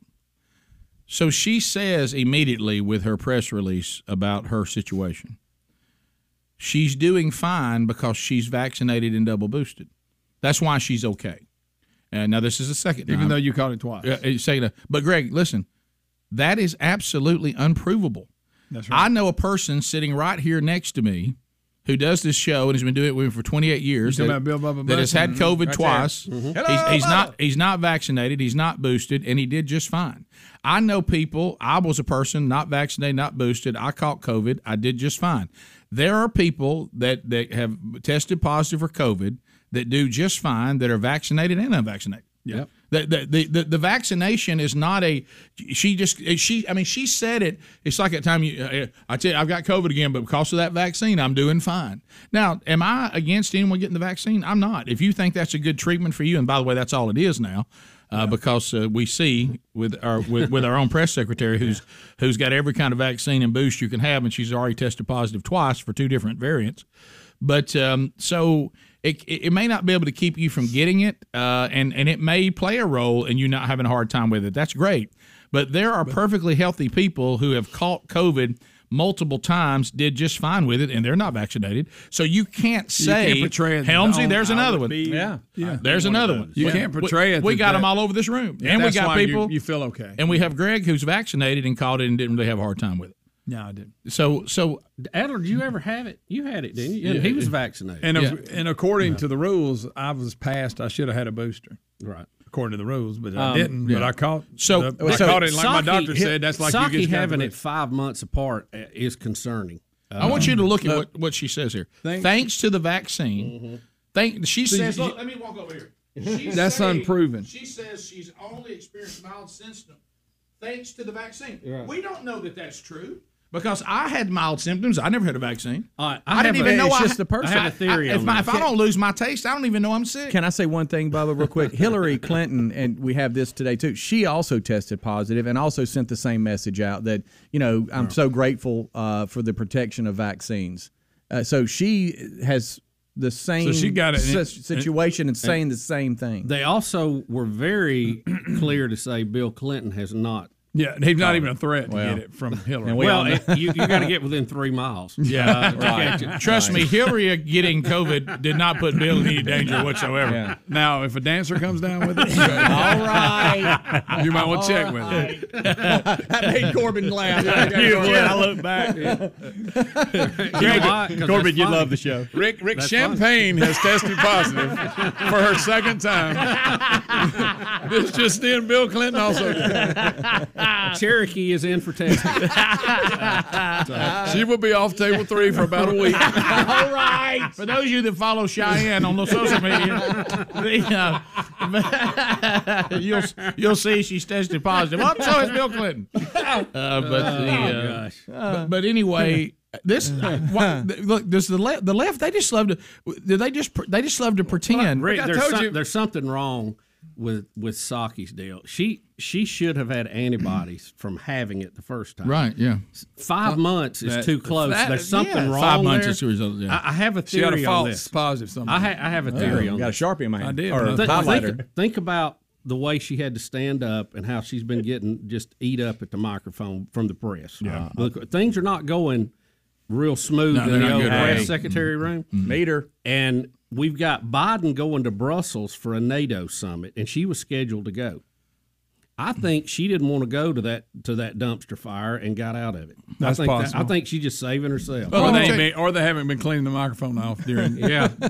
[SPEAKER 1] So she says immediately with her press release about her situation, she's doing fine because she's vaccinated and double boosted. That's why she's okay. And now this is the second
[SPEAKER 7] Even
[SPEAKER 1] time.
[SPEAKER 7] though you caught it twice.
[SPEAKER 1] Yeah, it's saying that. But Greg, listen, that is absolutely unprovable.
[SPEAKER 7] That's
[SPEAKER 1] I know a person sitting right here next to me who does this show and has been doing it with me for 28 years.
[SPEAKER 7] You
[SPEAKER 1] that,
[SPEAKER 7] talking about Bill Bubba
[SPEAKER 1] that has had
[SPEAKER 7] Bussing?
[SPEAKER 1] COVID
[SPEAKER 7] Right there.
[SPEAKER 1] twice.
[SPEAKER 7] Mhm.
[SPEAKER 1] He's,
[SPEAKER 7] Hello,
[SPEAKER 1] he's
[SPEAKER 7] Bubba.
[SPEAKER 1] not he's not vaccinated. He's not boosted, and he did just fine. I know people. I was a person not vaccinated, not boosted. I caught COVID. I did just fine. There are people that that have tested positive for COVID that do just fine that are vaccinated and unvaccinated.
[SPEAKER 7] Yep.
[SPEAKER 1] The, the, the, the, the vaccination is not a she just she I mean she said it it's like at time you uh, I tell you I've got COVID again but because of that vaccine I'm doing fine now am I against anyone getting the vaccine I'm not if you think that's a good treatment for you and by the way that's all it is now uh, because uh, we see with our with, with our own press secretary who's who's got every kind of vaccine and boost you can have and she's already tested positive twice for two different variants but um, so it, it it may not be able to keep you from getting it, uh, and and it may play a role in you not having a hard time with it. That's great, but there are perfectly healthy people who have caught COVID multiple times, did just fine with it, and they're not vaccinated. So you can't say,
[SPEAKER 7] can't portray it
[SPEAKER 1] Helmsy,
[SPEAKER 7] on-
[SPEAKER 1] there's
[SPEAKER 7] I
[SPEAKER 1] another
[SPEAKER 7] would
[SPEAKER 1] one.
[SPEAKER 7] be- Yeah. Yeah.
[SPEAKER 1] There's
[SPEAKER 7] One of
[SPEAKER 1] another
[SPEAKER 7] those.
[SPEAKER 1] one.
[SPEAKER 7] You
[SPEAKER 1] We-
[SPEAKER 7] can't portray it
[SPEAKER 1] We, we
[SPEAKER 7] that
[SPEAKER 1] got
[SPEAKER 7] that-
[SPEAKER 1] them all over this room,
[SPEAKER 7] Yeah,
[SPEAKER 1] and we
[SPEAKER 7] that's
[SPEAKER 1] got
[SPEAKER 7] why you-
[SPEAKER 1] people.
[SPEAKER 7] you feel okay.
[SPEAKER 1] and we have Greg who's vaccinated and caught it and didn't really have a hard time with it.
[SPEAKER 7] No, I didn't.
[SPEAKER 1] So so
[SPEAKER 2] Adler, did you ever have it? You had it, didn't you? And
[SPEAKER 7] Yeah.
[SPEAKER 2] he was vaccinated.
[SPEAKER 7] And if- and according to the rules, I was passed. I should have had a booster.
[SPEAKER 2] Right.
[SPEAKER 7] According to the rules, but I
[SPEAKER 2] Um,
[SPEAKER 7] didn't. But
[SPEAKER 2] yeah.
[SPEAKER 7] I caught.
[SPEAKER 1] So-
[SPEAKER 7] the- I caught it like my
[SPEAKER 2] Psaki
[SPEAKER 7] doctor
[SPEAKER 2] hit-
[SPEAKER 7] said. That's like
[SPEAKER 2] Psaki
[SPEAKER 7] you get
[SPEAKER 2] having it five months apart uh, is concerning. Uh,
[SPEAKER 1] I want you to look at what, what she says here.
[SPEAKER 7] Thank-
[SPEAKER 1] Thanks to the vaccine, thank she
[SPEAKER 7] See,
[SPEAKER 1] says.
[SPEAKER 7] you-
[SPEAKER 1] Look, Mm-hmm. let me walk over here. She's
[SPEAKER 7] That's
[SPEAKER 1] saying-
[SPEAKER 7] unproven.
[SPEAKER 1] She says she's only experienced mild symptoms thanks to the vaccine.
[SPEAKER 7] Yeah.
[SPEAKER 1] We don't know that that's true because I had mild symptoms. I never had a vaccine.
[SPEAKER 7] Uh,
[SPEAKER 2] I,
[SPEAKER 1] I, didn't even know I had-
[SPEAKER 3] person.
[SPEAKER 1] I- I, if, my, if I don't lose my taste, I don't even know I'm sick.
[SPEAKER 3] Can I say one thing, Bubba, real quick? Hillary Clinton, and we have this today too. She also tested positive and also sent the same message out that you know I'm so grateful uh, for the protection of vaccines. Uh, so she has the same
[SPEAKER 7] she got it.
[SPEAKER 3] si- situation and saying the same thing.
[SPEAKER 2] They also were very clear to say Bill Clinton has not
[SPEAKER 7] Yeah, he's not even a threat to
[SPEAKER 2] Oh. Well.
[SPEAKER 7] get it from Hillary.
[SPEAKER 2] And we Well, all know- it- you- you gotta get within three miles. Uh,
[SPEAKER 1] Yeah,
[SPEAKER 2] to
[SPEAKER 1] right.
[SPEAKER 2] catch it.
[SPEAKER 1] Trust me,
[SPEAKER 2] Right.
[SPEAKER 1] Hillary getting COVID did not put Bill in any danger whatsoever.
[SPEAKER 7] Yeah. Now, if a dancer comes down with it,
[SPEAKER 1] All right.
[SPEAKER 7] you might want to check with
[SPEAKER 1] All
[SPEAKER 7] it.
[SPEAKER 1] That made Corbin laugh.
[SPEAKER 7] You would.
[SPEAKER 1] I look back.
[SPEAKER 7] Greg, Corbin, you'd love the show. Rick Rick
[SPEAKER 1] That's
[SPEAKER 7] Champagne has tested positive for her second time. this just then, Bill Clinton also.
[SPEAKER 2] Cherokee is in for testing.
[SPEAKER 7] she will be off table three for about a week.
[SPEAKER 1] All right. For those of you that follow Cheyenne on the social media, the, uh, you'll you'll see she's tested positive. Oh, so is Bill Clinton. Uh, but the,
[SPEAKER 19] Oh,
[SPEAKER 1] uh,
[SPEAKER 19] gosh.
[SPEAKER 1] but, but anyway, this why, th- look. This the left. The left. They just love to. do They just pr- they just love to pretend.
[SPEAKER 2] Rick,
[SPEAKER 1] Look, I
[SPEAKER 2] there's,
[SPEAKER 1] told
[SPEAKER 2] some-
[SPEAKER 1] you.
[SPEAKER 2] there's something wrong with with Saki's deal. She she should have had antibodies from having it the first time.
[SPEAKER 1] Right, yeah.
[SPEAKER 2] S- Five
[SPEAKER 1] Uh,
[SPEAKER 2] months is
[SPEAKER 1] that-
[SPEAKER 2] too close.
[SPEAKER 1] that-
[SPEAKER 2] there's something
[SPEAKER 1] yeah.
[SPEAKER 2] wrong.
[SPEAKER 1] Five months
[SPEAKER 2] there.
[SPEAKER 1] is too result- yeah.
[SPEAKER 2] I, I have a
[SPEAKER 1] She had
[SPEAKER 2] theory
[SPEAKER 1] a false
[SPEAKER 2] on this.
[SPEAKER 7] positive something.
[SPEAKER 2] I, ha- I have a
[SPEAKER 7] Yeah.
[SPEAKER 2] theory on
[SPEAKER 7] Got a
[SPEAKER 2] this.
[SPEAKER 7] sharpie in my hand.
[SPEAKER 2] I did.
[SPEAKER 7] Or a
[SPEAKER 2] Th-
[SPEAKER 7] highlighter.
[SPEAKER 2] Think, think about the way she had to stand up and how she's been getting just eat up at the microphone from the press. Yeah. Look, things are not going real smooth
[SPEAKER 1] No,
[SPEAKER 2] in
[SPEAKER 1] they're
[SPEAKER 2] the
[SPEAKER 1] not
[SPEAKER 2] old
[SPEAKER 1] good, Mm-hmm.
[SPEAKER 2] press
[SPEAKER 1] right.
[SPEAKER 2] secretary room.
[SPEAKER 5] Mm-hmm.
[SPEAKER 2] Meter. And we've got Biden going to Brussels for a NATO summit, and she was scheduled to go. I think she didn't want to go to that to that dumpster fire and got out of it.
[SPEAKER 7] That's
[SPEAKER 2] I think that- I
[SPEAKER 7] possible.
[SPEAKER 2] think she's just saving herself.
[SPEAKER 7] Or they, may- or they haven't been cleaning the microphone off during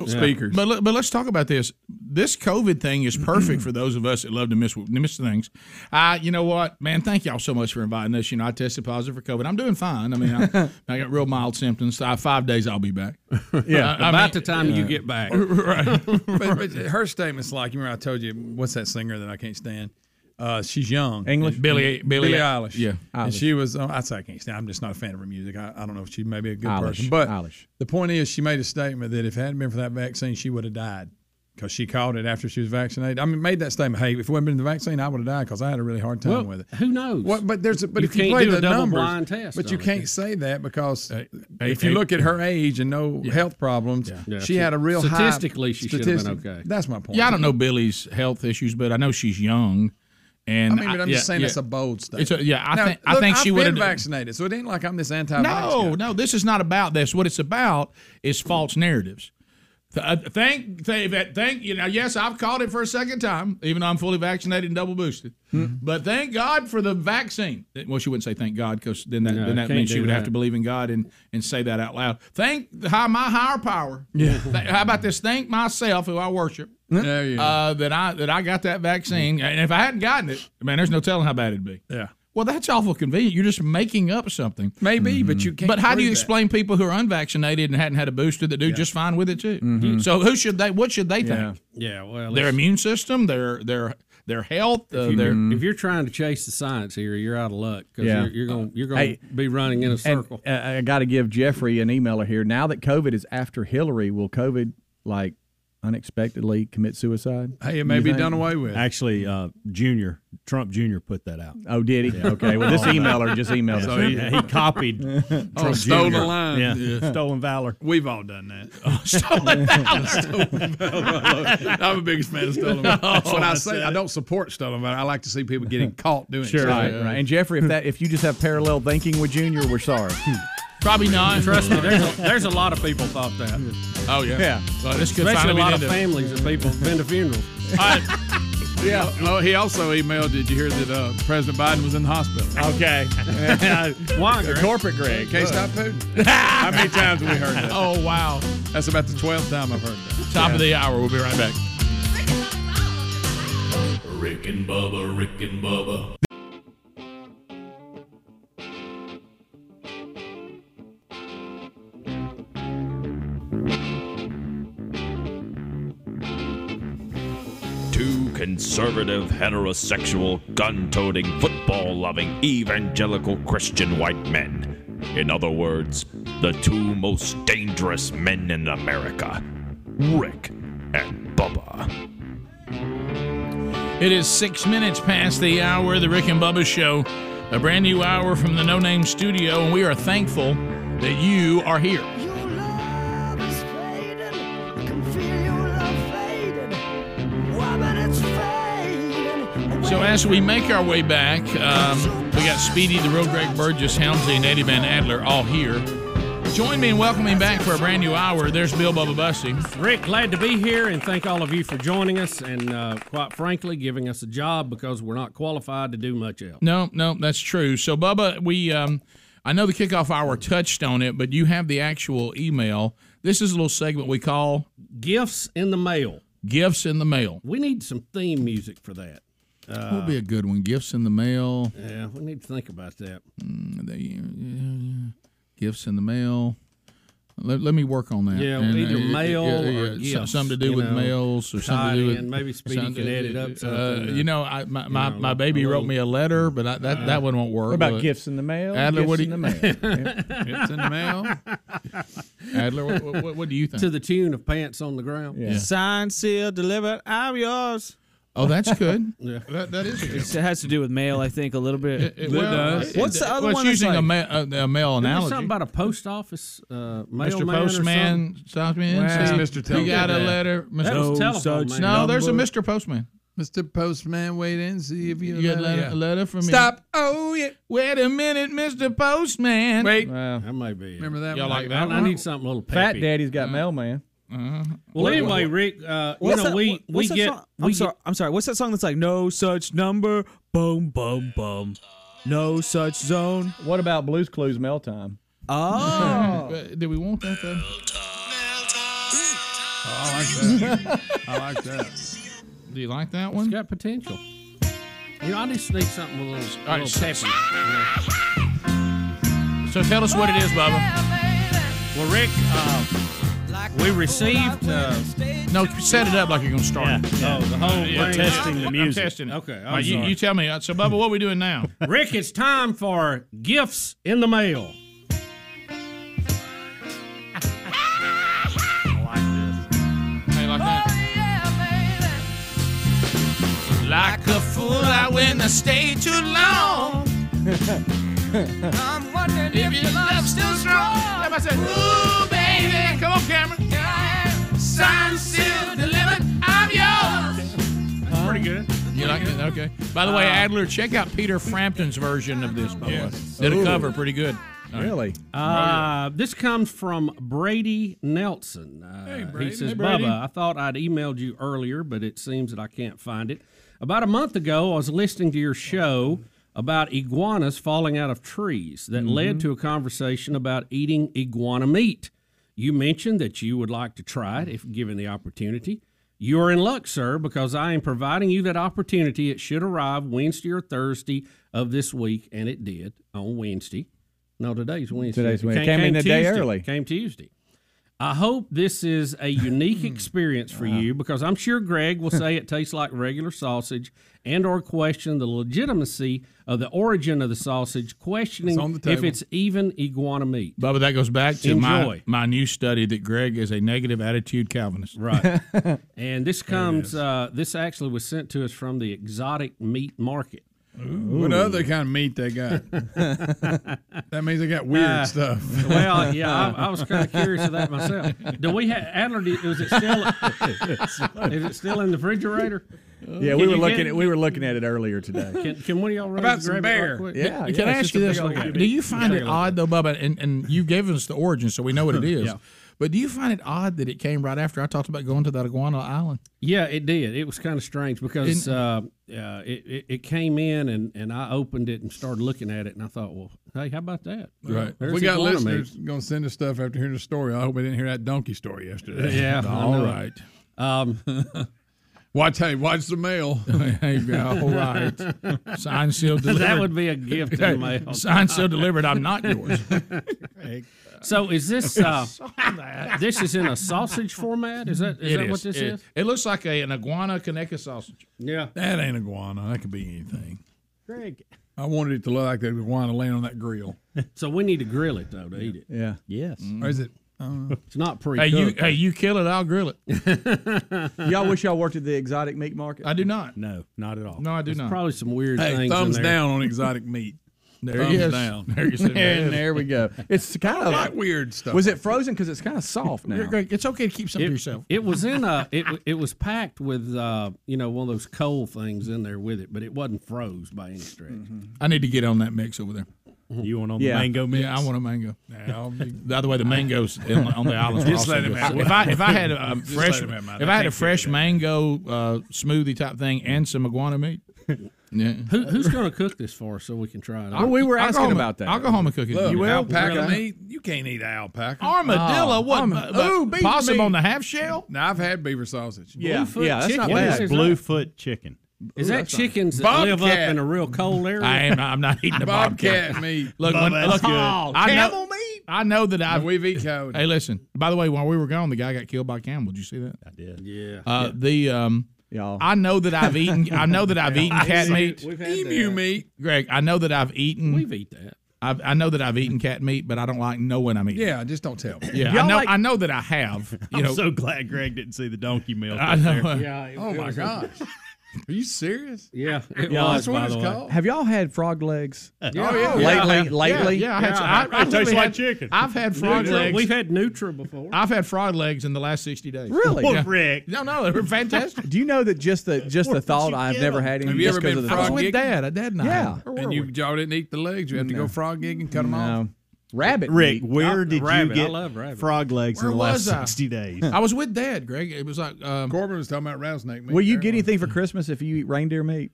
[SPEAKER 7] speakers.
[SPEAKER 1] But let- but let's talk about this. This COVID thing is perfect for those of us that love to miss miss things. Uh, you know what, man? Thank y'all so much for inviting us. You know, I tested positive for COVID. I'm doing fine. I mean, I, I got real mild symptoms. Uh, five days, I'll be back.
[SPEAKER 7] Yeah.
[SPEAKER 1] I- I
[SPEAKER 7] About
[SPEAKER 1] mean-
[SPEAKER 7] the time you get
[SPEAKER 2] back.
[SPEAKER 1] Right.
[SPEAKER 7] but, but her statement's like, you remember I told you, what's that singer that I can't stand? Uh, she's young.
[SPEAKER 1] English?
[SPEAKER 7] Billie, Billie,
[SPEAKER 1] Billie-
[SPEAKER 7] Eilish.
[SPEAKER 1] yeah.
[SPEAKER 7] And
[SPEAKER 1] Eilish.
[SPEAKER 7] she was, oh, I say I can't stand I'm just not a fan of her music. I, I don't know if she may be a good
[SPEAKER 1] Eilish,
[SPEAKER 7] person. But
[SPEAKER 1] Eilish.
[SPEAKER 7] the point is, she made a statement that if it hadn't been for that vaccine, she would have died because she caught it after she was vaccinated. I mean, made that statement, hey, if it hadn't been the vaccine, I would have died because I had a really hard time
[SPEAKER 2] Well,
[SPEAKER 7] with it.
[SPEAKER 2] Who knows?
[SPEAKER 7] What, but there's a, but
[SPEAKER 2] You
[SPEAKER 7] if you
[SPEAKER 2] can't
[SPEAKER 7] play
[SPEAKER 2] do a
[SPEAKER 7] the numbers,
[SPEAKER 2] double-blind test
[SPEAKER 7] but you
[SPEAKER 2] on it.
[SPEAKER 7] can't say that because if
[SPEAKER 1] hey,
[SPEAKER 7] you look at her age and no health problems,
[SPEAKER 1] Yeah.
[SPEAKER 7] she had a real high-
[SPEAKER 1] Statistically, she should have been
[SPEAKER 7] statistic-
[SPEAKER 1] okay.
[SPEAKER 7] That's my point.
[SPEAKER 1] Yeah, I don't know Billie's health issues, but I know she's young. And
[SPEAKER 7] I mean, but I'm
[SPEAKER 1] yeah,
[SPEAKER 7] just saying
[SPEAKER 1] yeah.
[SPEAKER 7] that's a bold statement.
[SPEAKER 1] It's a- yeah, I
[SPEAKER 7] Now,
[SPEAKER 1] think I
[SPEAKER 7] look,
[SPEAKER 1] think she
[SPEAKER 7] I've
[SPEAKER 1] would
[SPEAKER 7] been
[SPEAKER 1] have
[SPEAKER 7] vaccinated, so it ain't like I'm this anti.
[SPEAKER 1] No, no, this is not about this. What it's about is false narratives. Th- uh, Thank, thank, thank you know. Yes, I've caught it for a second time, even though I'm fully vaccinated and double boosted.
[SPEAKER 7] Hmm.
[SPEAKER 1] But thank God for the vaccine. Well, she wouldn't say thank God because then that,
[SPEAKER 2] No,
[SPEAKER 1] then that
[SPEAKER 2] can't
[SPEAKER 1] means she
[SPEAKER 2] do
[SPEAKER 1] would have
[SPEAKER 2] that.
[SPEAKER 1] to believe in God and, and say that out loud. Thank the high, my higher power. Yeah. How about this? Thank myself, who I worship,
[SPEAKER 7] There you go.
[SPEAKER 1] uh, that I that I got that vaccine. And if I hadn't gotten it, man, there's no telling how bad it'd be.
[SPEAKER 7] Yeah.
[SPEAKER 1] Well, that's awful convenient. You're just making up something.
[SPEAKER 7] Maybe, but you can't.
[SPEAKER 1] Mm-hmm. But how do
[SPEAKER 7] prove
[SPEAKER 1] you
[SPEAKER 7] that.
[SPEAKER 1] explain people who are unvaccinated and hadn't had a booster that do just fine with it too? So who should they? What should they think?
[SPEAKER 2] Yeah, well,
[SPEAKER 1] Their
[SPEAKER 2] it's-
[SPEAKER 1] immune system, their their their health, uh,
[SPEAKER 2] if,
[SPEAKER 1] their
[SPEAKER 2] you, are trying to chase the science here, you're out of luck because
[SPEAKER 3] Yeah.
[SPEAKER 2] you're, you're going you're going
[SPEAKER 3] Hey,
[SPEAKER 2] to be running in a
[SPEAKER 3] And,
[SPEAKER 2] circle.
[SPEAKER 3] uh, I got to give Jeffrey an emailer here. Now that COVID is after Hillary, will COVID like unexpectedly commit suicide?
[SPEAKER 7] Hey, it may
[SPEAKER 3] You
[SPEAKER 7] be
[SPEAKER 3] think?
[SPEAKER 7] done away with.
[SPEAKER 20] Actually, uh, Junior Trump Junior put that out.
[SPEAKER 3] Oh, did he? Okay. Well, this emailer just emailed
[SPEAKER 20] Yeah,
[SPEAKER 3] us.
[SPEAKER 20] so he, he copied. Trump
[SPEAKER 7] Oh, stolen
[SPEAKER 20] Jr..
[SPEAKER 7] line.
[SPEAKER 20] Yeah.
[SPEAKER 7] Yeah.
[SPEAKER 20] stolen valor.
[SPEAKER 7] We've all done that.
[SPEAKER 3] Oh,
[SPEAKER 1] stolen
[SPEAKER 7] valor. I'm a biggest fan of stolen valor. That's what
[SPEAKER 3] Oh,
[SPEAKER 7] I
[SPEAKER 20] that's
[SPEAKER 7] say. I don't support stolen valor. I like to see people getting caught doing it. uh,
[SPEAKER 3] Right, right. And Jeffrey, if that if you just have parallel thinking with Junior, we're sorry.
[SPEAKER 1] Probably not.
[SPEAKER 2] Trust me, there's a, there's a lot of people thought that.
[SPEAKER 1] Oh yeah,
[SPEAKER 3] Yeah.
[SPEAKER 1] So this could
[SPEAKER 2] Especially
[SPEAKER 1] finally
[SPEAKER 2] a
[SPEAKER 1] be
[SPEAKER 2] lot
[SPEAKER 1] the
[SPEAKER 2] of
[SPEAKER 1] end of it.
[SPEAKER 2] families of people have been to funerals.
[SPEAKER 7] Yeah. Well, he also emailed. Did you hear that uh, President Biden was in the hospital?
[SPEAKER 20] Okay.
[SPEAKER 2] Why,
[SPEAKER 7] Greg?
[SPEAKER 20] Corporate Greg.
[SPEAKER 7] Can't stop Putin. How many times have we heard that?
[SPEAKER 1] Oh wow.
[SPEAKER 7] That's about the twelfth time I've heard that.
[SPEAKER 1] Top of
[SPEAKER 7] Yeah.
[SPEAKER 1] the hour. We'll be right back.
[SPEAKER 14] Rick and Bubba, Rick and Bubba. Two conservative, heterosexual, gun toting, football loving, evangelical Christian white men. In other words, the two most dangerous men in America Rick and Bubba.
[SPEAKER 1] It is six minutes past the hour of the Rick and Bubba Show, a brand new hour from the No Name Studio, and we are thankful that you are here. So as we make our way back, um, we
[SPEAKER 19] We got Speedy, the real Greg Burgess, Helmsley, and Eddie Van Adler all here. Join me in welcoming back for a brand new hour. There's Bill Bubba Bussy.
[SPEAKER 2] Rick, glad to be here, and thank all of you for joining us, and uh, quite frankly, giving us a job because we're not qualified to do much else.
[SPEAKER 19] No, no, that's true. So, Bubba, we um, I know the kickoff hour touched on it, but you have the actual email. This is a little segment we call
[SPEAKER 2] Gifts in the Mail.
[SPEAKER 19] Gifts in the Mail.
[SPEAKER 2] We need some theme music for that. Uh,
[SPEAKER 1] That would be a good one. Gifts in the mail.
[SPEAKER 2] Yeah, we need to think about that.
[SPEAKER 1] Mm, they- yeah, yeah. Gifts in the mail. Let, let me work on that.
[SPEAKER 2] Yeah,
[SPEAKER 1] And,
[SPEAKER 2] either
[SPEAKER 1] uh,
[SPEAKER 2] mail or
[SPEAKER 1] so-
[SPEAKER 2] gifts,
[SPEAKER 1] something to do
[SPEAKER 2] you
[SPEAKER 1] with
[SPEAKER 2] know,
[SPEAKER 1] mails or something
[SPEAKER 2] tie
[SPEAKER 1] to do with
[SPEAKER 2] in. Maybe Speedy
[SPEAKER 1] something-
[SPEAKER 2] can edit up
[SPEAKER 1] Uh,
[SPEAKER 2] something, uh,
[SPEAKER 1] you know, I, my,
[SPEAKER 2] you
[SPEAKER 1] my,
[SPEAKER 2] know,
[SPEAKER 1] my
[SPEAKER 2] a
[SPEAKER 1] baby
[SPEAKER 2] little- uh,
[SPEAKER 1] wrote me a letter, but I, that that one won't work.
[SPEAKER 3] What about
[SPEAKER 1] will it?
[SPEAKER 3] gifts in the mail?
[SPEAKER 1] Adler,
[SPEAKER 3] Gifts
[SPEAKER 1] what do
[SPEAKER 3] in the
[SPEAKER 1] you,
[SPEAKER 3] mail.
[SPEAKER 1] gifts in the mail. Adler, what, what- what, what do you think?
[SPEAKER 2] To the tune of Pants on the Ground.
[SPEAKER 1] Yeah.
[SPEAKER 13] Signed, sealed, delivered. I'm yours.
[SPEAKER 1] Oh, that's good.
[SPEAKER 2] yeah.
[SPEAKER 1] That, that is good.
[SPEAKER 13] It has to do with mail, I think, a little bit.
[SPEAKER 1] It- it- well, it-
[SPEAKER 13] uh, What's the
[SPEAKER 1] it-
[SPEAKER 13] other
[SPEAKER 1] well, it's
[SPEAKER 13] one?
[SPEAKER 1] using
[SPEAKER 13] that's
[SPEAKER 1] a,
[SPEAKER 13] like-
[SPEAKER 1] ma- a, a mail
[SPEAKER 2] Isn't there
[SPEAKER 1] analogy.
[SPEAKER 2] something about a post office uh, mailman
[SPEAKER 1] Mr.
[SPEAKER 2] or
[SPEAKER 1] Postman,
[SPEAKER 2] something?
[SPEAKER 1] Southman. see, You got a letter.
[SPEAKER 2] That was telephone man.
[SPEAKER 1] No, there's a Mr. Postman.
[SPEAKER 21] Mr. Postman, wait and see if you,
[SPEAKER 1] You got a letter, a letter from me.
[SPEAKER 21] Stop.
[SPEAKER 1] Oh, yeah. Wait a minute, Mr. Postman.
[SPEAKER 21] Wait.
[SPEAKER 2] That might be.
[SPEAKER 21] Remember that
[SPEAKER 2] Y'all
[SPEAKER 21] one?
[SPEAKER 2] like that? I, need something a little
[SPEAKER 3] Fat
[SPEAKER 2] peppy.
[SPEAKER 3] Daddy's got mailman.
[SPEAKER 2] Well, anyway, Rick, uh, you
[SPEAKER 13] What's
[SPEAKER 2] know
[SPEAKER 13] that-
[SPEAKER 2] we
[SPEAKER 13] what-
[SPEAKER 2] we
[SPEAKER 13] what's that
[SPEAKER 2] get
[SPEAKER 13] song? I'm
[SPEAKER 2] we
[SPEAKER 13] sorry. I'm sorry. What's that song that's like no such number? Boom, boom, boom. No such zone.
[SPEAKER 3] What about Blues Clues mail time?
[SPEAKER 13] Oh.
[SPEAKER 1] But Did Uh, we want that though? Oh,
[SPEAKER 21] I like that. I like that.
[SPEAKER 1] Do you like that one?
[SPEAKER 2] It's got potential. You know, I just need something with a little,
[SPEAKER 19] All
[SPEAKER 2] a
[SPEAKER 19] right,
[SPEAKER 2] little
[SPEAKER 19] so-
[SPEAKER 2] pepper. Yeah.
[SPEAKER 19] So tell us what it is, Bubba.
[SPEAKER 2] Well, Rick, uh, we received. Uh,
[SPEAKER 19] no, set it up like you're going to start.
[SPEAKER 2] Oh, the whole
[SPEAKER 19] Yeah,
[SPEAKER 2] thing.
[SPEAKER 19] testing the
[SPEAKER 2] I'm
[SPEAKER 19] music.
[SPEAKER 2] testing it. Okay,
[SPEAKER 19] All right, you, you tell me. Uh, So, Bubba, what are we doing now?
[SPEAKER 2] Rick, it's time for gifts in the mail.
[SPEAKER 19] How you like that? Like a fool, I went to stay too long.
[SPEAKER 17] I'm wondering
[SPEAKER 19] If your love's still strong. Like I said, ooh, baby. Come on, Cameron. Signed, sealed, delivered. I'm yours.
[SPEAKER 2] That's pretty good.
[SPEAKER 19] You like it? Okay. By the way,
[SPEAKER 2] Uh,
[SPEAKER 19] Adler, check out Peter Frampton's version of this. By the way, did a
[SPEAKER 2] Ooh.
[SPEAKER 19] cover, pretty good. All right.
[SPEAKER 3] Really?
[SPEAKER 2] Uh, this comes from Brady Nelson. Uh, He says,
[SPEAKER 1] Hey, Brady.
[SPEAKER 2] Bubba, I thought I'd emailed you earlier, but it seems that I can't find it. About a month ago, I was listening to your show about iguanas falling out of trees that
[SPEAKER 3] Mm-hmm.
[SPEAKER 2] led to a conversation about eating iguana meat. You mentioned that you would like to try it if given the opportunity. You are in luck, sir, because I am providing you that opportunity. It should arrive Wednesday or Thursday of this week, and it did on Wednesday. No, today's Wednesday.
[SPEAKER 3] Today's Wednesday. Came in a day
[SPEAKER 2] Tuesday.
[SPEAKER 3] early.
[SPEAKER 2] Came Tuesday. I hope this is a
[SPEAKER 1] Hmm.
[SPEAKER 2] unique experience for
[SPEAKER 1] Uh-huh.
[SPEAKER 2] you because I'm sure Greg will say it tastes like regular sausage and or question the legitimacy of the origin of the sausage, questioning
[SPEAKER 1] It's on the
[SPEAKER 2] if
[SPEAKER 1] table.
[SPEAKER 2] it's even iguana meat.
[SPEAKER 1] Bubba, that goes back to
[SPEAKER 2] Enjoy.
[SPEAKER 1] my my new study that Greg is a negative attitude Calvinist.
[SPEAKER 2] Right. And this comes uh, this actually was sent to us from the exotic meat market.
[SPEAKER 7] What other kind of meat they got? that means they got weird
[SPEAKER 2] Uh,
[SPEAKER 7] stuff.
[SPEAKER 2] Well, yeah, I, I was kind of curious of that myself. Do we have Adler? do- Is it still is it still in the refrigerator?
[SPEAKER 3] Yeah,
[SPEAKER 2] Can
[SPEAKER 3] we were
[SPEAKER 2] you
[SPEAKER 3] looking
[SPEAKER 2] get-
[SPEAKER 3] at we were looking at it earlier today.
[SPEAKER 2] Can, can one of y'all run
[SPEAKER 7] About
[SPEAKER 2] and
[SPEAKER 7] some
[SPEAKER 2] grab it
[SPEAKER 7] bear?
[SPEAKER 2] right quick?
[SPEAKER 3] Yeah,
[SPEAKER 1] Can I
[SPEAKER 3] it's
[SPEAKER 1] ask
[SPEAKER 3] just
[SPEAKER 1] you
[SPEAKER 3] a
[SPEAKER 1] this?
[SPEAKER 3] big old cube.
[SPEAKER 1] Do you find it odd though, Bubba? And and you gave us the origin, so we know what it is.
[SPEAKER 2] Yeah.
[SPEAKER 1] But do you find it odd that it came right after I talked about going to that iguana island?
[SPEAKER 2] Yeah, it did. It was kind of strange because uh, uh, it, it it came in and, and I opened it and started looking at it and I thought, well, hey, how about that?
[SPEAKER 7] Right.
[SPEAKER 2] There's
[SPEAKER 7] we got
[SPEAKER 2] iguana meat.
[SPEAKER 7] listeners going to send us stuff after hearing the story. I hope we didn't hear that donkey story yesterday.
[SPEAKER 2] Yeah, I
[SPEAKER 7] All
[SPEAKER 2] know.
[SPEAKER 7] right.
[SPEAKER 2] Um,
[SPEAKER 7] watch, hey, watch the mail.
[SPEAKER 1] All right. Signed, sealed, delivered.
[SPEAKER 2] That would be a gift in the mail.
[SPEAKER 1] Signed, sealed, delivered. I'm not yours.
[SPEAKER 2] So is this uh, this is in a sausage format? Is that is
[SPEAKER 1] It
[SPEAKER 2] that what this
[SPEAKER 1] It-
[SPEAKER 2] is?
[SPEAKER 1] It looks like a, an iguana Kaneka sausage.
[SPEAKER 2] Yeah.
[SPEAKER 7] That ain't iguana. That could be anything.
[SPEAKER 2] Greg.
[SPEAKER 7] I wanted it to look like that iguana laying on that grill.
[SPEAKER 2] So we need to grill it though to eat it.
[SPEAKER 3] Yeah.
[SPEAKER 2] Yes.
[SPEAKER 7] Or is it? I don't know.
[SPEAKER 2] It's not pre.
[SPEAKER 1] Hey, you hey, you kill it, I'll grill it.
[SPEAKER 3] y'all wish y'all worked at the exotic meat market?
[SPEAKER 1] I do not.
[SPEAKER 3] No, not at all.
[SPEAKER 1] No, I do
[SPEAKER 3] It's
[SPEAKER 1] not.
[SPEAKER 3] probably
[SPEAKER 2] some weird
[SPEAKER 7] Hey, thumbs down on exotic meat.
[SPEAKER 1] There
[SPEAKER 3] Thumbs
[SPEAKER 1] he is.
[SPEAKER 3] down.
[SPEAKER 1] There you said
[SPEAKER 3] And there we go. It's kind of
[SPEAKER 1] I like weird stuff.
[SPEAKER 3] Was it frozen? Because it's kind of soft now.
[SPEAKER 1] Greg, Greg, it's okay to keep some
[SPEAKER 2] it,
[SPEAKER 1] to yourself.
[SPEAKER 2] it was in a it w- it was packed with uh, you know one of those cold things in there with it, but it wasn't froze by any stretch.
[SPEAKER 1] I need to get on that mix over there. Mm-hmm. You want
[SPEAKER 2] on the Yeah. mango mix?
[SPEAKER 1] Yeah, I want a mango. the other way, the mangoes in- on the islands.
[SPEAKER 4] Just
[SPEAKER 1] are
[SPEAKER 4] let
[SPEAKER 1] also
[SPEAKER 4] him
[SPEAKER 1] good.
[SPEAKER 4] have
[SPEAKER 1] If I
[SPEAKER 4] mine.
[SPEAKER 1] if I had a um,
[SPEAKER 4] Just
[SPEAKER 1] fresh
[SPEAKER 4] let him have mine.
[SPEAKER 1] if
[SPEAKER 4] I
[SPEAKER 1] I had a
[SPEAKER 4] can't
[SPEAKER 1] fresh mango uh, smoothie type thing and some iguana meat. Yeah.
[SPEAKER 2] Who, who's going to cook this for us so we can try
[SPEAKER 3] Oh,
[SPEAKER 2] it? out?
[SPEAKER 1] I'll go home and- I'll go home and cook it.
[SPEAKER 2] Look,
[SPEAKER 1] You will?
[SPEAKER 7] alpaca
[SPEAKER 1] Really?
[SPEAKER 7] meat. You can't eat alpaca.
[SPEAKER 1] Armadillo, what?
[SPEAKER 7] Arma-
[SPEAKER 1] But-
[SPEAKER 7] Ooh,
[SPEAKER 1] but
[SPEAKER 7] beaver
[SPEAKER 1] possum
[SPEAKER 7] meat.
[SPEAKER 1] on the half shell?
[SPEAKER 7] Now I've had beaver sausage.
[SPEAKER 1] Yeah,
[SPEAKER 7] Bluefoot
[SPEAKER 1] yeah, that's not
[SPEAKER 7] chicken.
[SPEAKER 1] bad.
[SPEAKER 4] Bluefoot chicken.
[SPEAKER 2] Is that chickens that
[SPEAKER 7] Bobcat.
[SPEAKER 2] live up in a real cold area?
[SPEAKER 1] I am. I'm not eating the bobcat,
[SPEAKER 7] Bobcat meat.
[SPEAKER 1] Look,
[SPEAKER 7] Bubba,
[SPEAKER 1] when,
[SPEAKER 7] that's
[SPEAKER 1] look
[SPEAKER 7] good.
[SPEAKER 1] I know,
[SPEAKER 7] Camel
[SPEAKER 1] meat. I know that I.
[SPEAKER 7] we've eat coyote.
[SPEAKER 1] Hey, listen. By the way, while we were gone, the guy got killed by a camel. Did you see that? I did.
[SPEAKER 2] Yeah.
[SPEAKER 1] Uh, The um.
[SPEAKER 3] Y'all.
[SPEAKER 1] I know that I've eaten. I know that I've eaten cat meat.
[SPEAKER 2] We've had Emu that.
[SPEAKER 1] meat. Greg, I know that I've eaten.
[SPEAKER 2] We've eat that.
[SPEAKER 1] I've, I know that I've eaten cat meat, but I don't like knowing I'm eating.
[SPEAKER 7] Yeah, just don't tell me.
[SPEAKER 1] Yeah, I know. I know that I have. You
[SPEAKER 4] I'm
[SPEAKER 1] know,
[SPEAKER 4] so glad Greg didn't see the donkey milk.
[SPEAKER 1] I
[SPEAKER 4] up
[SPEAKER 1] know.
[SPEAKER 4] there.
[SPEAKER 2] Yeah, it-
[SPEAKER 7] Oh
[SPEAKER 2] it
[SPEAKER 7] my
[SPEAKER 2] was-
[SPEAKER 7] gosh. Are you serious?
[SPEAKER 2] Yeah, it
[SPEAKER 3] Y'all-
[SPEAKER 2] was. by the way.
[SPEAKER 3] Have y'all had frog legs?
[SPEAKER 2] Yeah.
[SPEAKER 3] Lately, lately.
[SPEAKER 1] Oh, Yeah, yeah, I had, I, I
[SPEAKER 3] It tastes
[SPEAKER 1] literally
[SPEAKER 3] like
[SPEAKER 1] had-
[SPEAKER 3] chicken.
[SPEAKER 1] I've had frog
[SPEAKER 2] Nutra-
[SPEAKER 1] legs.
[SPEAKER 2] We've had Nutra before.
[SPEAKER 1] I've had frog legs in the last sixty days.
[SPEAKER 3] Really?
[SPEAKER 1] Yeah. No, no, they were fantastic.
[SPEAKER 3] Do you know that just the just the thought I've never had any.
[SPEAKER 7] Have you
[SPEAKER 3] just
[SPEAKER 7] ever
[SPEAKER 3] 'cause
[SPEAKER 7] been
[SPEAKER 3] of the
[SPEAKER 1] I was
[SPEAKER 3] thought.
[SPEAKER 1] with Dad. I Dad and I.
[SPEAKER 3] Yeah.
[SPEAKER 1] Or were
[SPEAKER 7] And you y'all didn't eat the legs. You had to
[SPEAKER 3] No.
[SPEAKER 7] go frog gig and cut them off.
[SPEAKER 3] No. Rabbit.
[SPEAKER 4] Rick,
[SPEAKER 3] meat.
[SPEAKER 4] where
[SPEAKER 3] Oh,
[SPEAKER 4] did
[SPEAKER 3] rabbit.
[SPEAKER 4] you
[SPEAKER 3] I
[SPEAKER 4] get
[SPEAKER 3] love rabbit.
[SPEAKER 4] frog legs
[SPEAKER 3] Where
[SPEAKER 4] in the last
[SPEAKER 3] was I?
[SPEAKER 4] sixty days?
[SPEAKER 1] I was with Dad, Greg. It was like um,
[SPEAKER 7] Corbin was talking about rattlesnake meat.
[SPEAKER 3] Will you
[SPEAKER 7] there.
[SPEAKER 3] get anything for Christmas if you eat reindeer meat?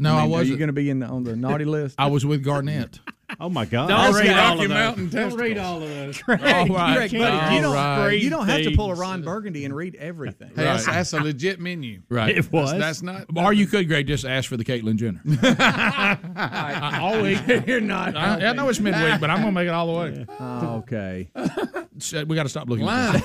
[SPEAKER 1] No, I
[SPEAKER 3] Are you
[SPEAKER 1] wasn't.
[SPEAKER 3] going to be in the, on the naughty list?
[SPEAKER 1] I was with Garnett.
[SPEAKER 4] Oh my God!
[SPEAKER 3] Don't read all
[SPEAKER 7] Rocky
[SPEAKER 3] of those.
[SPEAKER 7] Mountain
[SPEAKER 2] Don't read
[SPEAKER 7] testicles.
[SPEAKER 2] all of those.
[SPEAKER 3] Greg,
[SPEAKER 1] All right.
[SPEAKER 3] Greg, buddy, you, don't,
[SPEAKER 1] All right.
[SPEAKER 3] you don't have to pull a Ron Burgundy and read everything.
[SPEAKER 7] Hey, that's, that's a legit menu.
[SPEAKER 1] Right.
[SPEAKER 7] It was. That's- that's not-
[SPEAKER 1] Or you could, Greg, just ask for the Caitlyn Jenner. I, all week. You're not. I, I know it's midweek, but I'm going to make it all the way.
[SPEAKER 3] okay.
[SPEAKER 1] Shit, We got to stop looking. at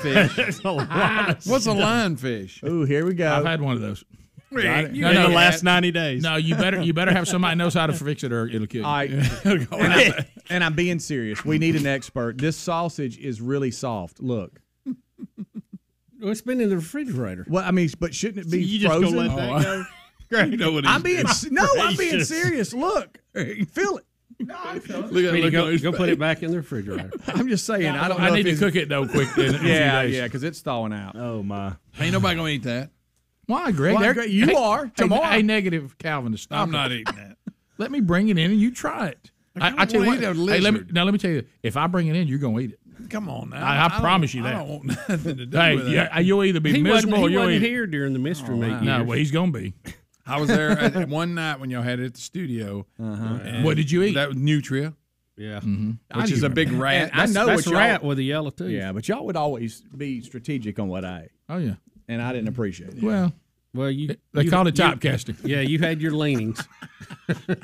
[SPEAKER 7] Lionfish.
[SPEAKER 1] this. Ah,
[SPEAKER 7] What's a lionfish?
[SPEAKER 3] Ooh, here we go.
[SPEAKER 1] I've had one of those.
[SPEAKER 7] Rick, you
[SPEAKER 1] No,
[SPEAKER 7] ate
[SPEAKER 1] no,
[SPEAKER 7] that.
[SPEAKER 1] last
[SPEAKER 4] ninety days.
[SPEAKER 1] No, you better you better have somebody knows how to fix it or it'll kill you.
[SPEAKER 3] All right. and, I'm, and I'm being serious. We need an expert. This sausage is really soft. Look.
[SPEAKER 2] Well, it's been in the refrigerator.
[SPEAKER 3] Well, I mean, but shouldn't it be
[SPEAKER 4] you just
[SPEAKER 3] frozen?
[SPEAKER 4] gonna let that go?
[SPEAKER 7] Greg, you know what
[SPEAKER 3] I'm being
[SPEAKER 7] doing.
[SPEAKER 3] no, I'm being
[SPEAKER 7] Gracious.
[SPEAKER 3] serious. Look, feel it. No, I feel
[SPEAKER 7] Look at
[SPEAKER 2] Speedy,
[SPEAKER 7] look at
[SPEAKER 2] Oh, go,
[SPEAKER 7] his
[SPEAKER 2] go put
[SPEAKER 7] face.
[SPEAKER 2] it back in the refrigerator.
[SPEAKER 3] I'm just saying. I don't.
[SPEAKER 1] I
[SPEAKER 3] know
[SPEAKER 1] need
[SPEAKER 3] if
[SPEAKER 1] to
[SPEAKER 3] it's-
[SPEAKER 1] cook it though quick. In, in a few
[SPEAKER 3] Yeah,
[SPEAKER 1] days.
[SPEAKER 3] yeah, because it's thawing out.
[SPEAKER 4] Oh my!
[SPEAKER 7] Ain't nobody gonna eat that.
[SPEAKER 1] Why, Greg?
[SPEAKER 3] Why,
[SPEAKER 1] They're-
[SPEAKER 3] Greg, you
[SPEAKER 1] hey,
[SPEAKER 3] are.
[SPEAKER 1] hey,
[SPEAKER 3] Tomorrow.
[SPEAKER 1] Hey, negative Calvinist. Stop
[SPEAKER 7] I'm
[SPEAKER 1] it.
[SPEAKER 7] not eating that.
[SPEAKER 1] Let me bring it in and you try it. I, I,
[SPEAKER 7] don't
[SPEAKER 1] tell you
[SPEAKER 7] wanna
[SPEAKER 1] what.
[SPEAKER 7] eat a
[SPEAKER 1] Hey, let me,
[SPEAKER 7] lizard.
[SPEAKER 1] now let me tell you. If I bring it in, you're gonna eat it.
[SPEAKER 7] Come on now.
[SPEAKER 1] I- I
[SPEAKER 7] don't-
[SPEAKER 1] promise you
[SPEAKER 7] I
[SPEAKER 1] that.
[SPEAKER 7] don't want nothing to do
[SPEAKER 1] Hey,
[SPEAKER 7] with
[SPEAKER 1] yeah,
[SPEAKER 7] that.
[SPEAKER 1] you'll either be
[SPEAKER 2] he wasn't,
[SPEAKER 1] miserable
[SPEAKER 2] he
[SPEAKER 1] or you'll
[SPEAKER 2] wasn't
[SPEAKER 1] eat. it.
[SPEAKER 2] here during the mystery meat.
[SPEAKER 1] No,
[SPEAKER 2] years.
[SPEAKER 1] well, he's gonna be.
[SPEAKER 7] I was there at, at one night when y'all had it at the studio. and
[SPEAKER 1] What did you eat? Mm-hmm.
[SPEAKER 7] That was nutria,
[SPEAKER 2] yeah.
[SPEAKER 7] which is a big rat.
[SPEAKER 3] I know
[SPEAKER 2] That's
[SPEAKER 3] what y'all-
[SPEAKER 2] rat with a yellow tooth.
[SPEAKER 3] Yeah, but y'all would always be strategic on what I ate,
[SPEAKER 1] Oh yeah.
[SPEAKER 3] and I didn't appreciate it.
[SPEAKER 1] Well,
[SPEAKER 2] Well, you
[SPEAKER 1] they
[SPEAKER 2] you-
[SPEAKER 1] called it
[SPEAKER 2] you-
[SPEAKER 1] typecasting.
[SPEAKER 2] Yeah, you had your leanings.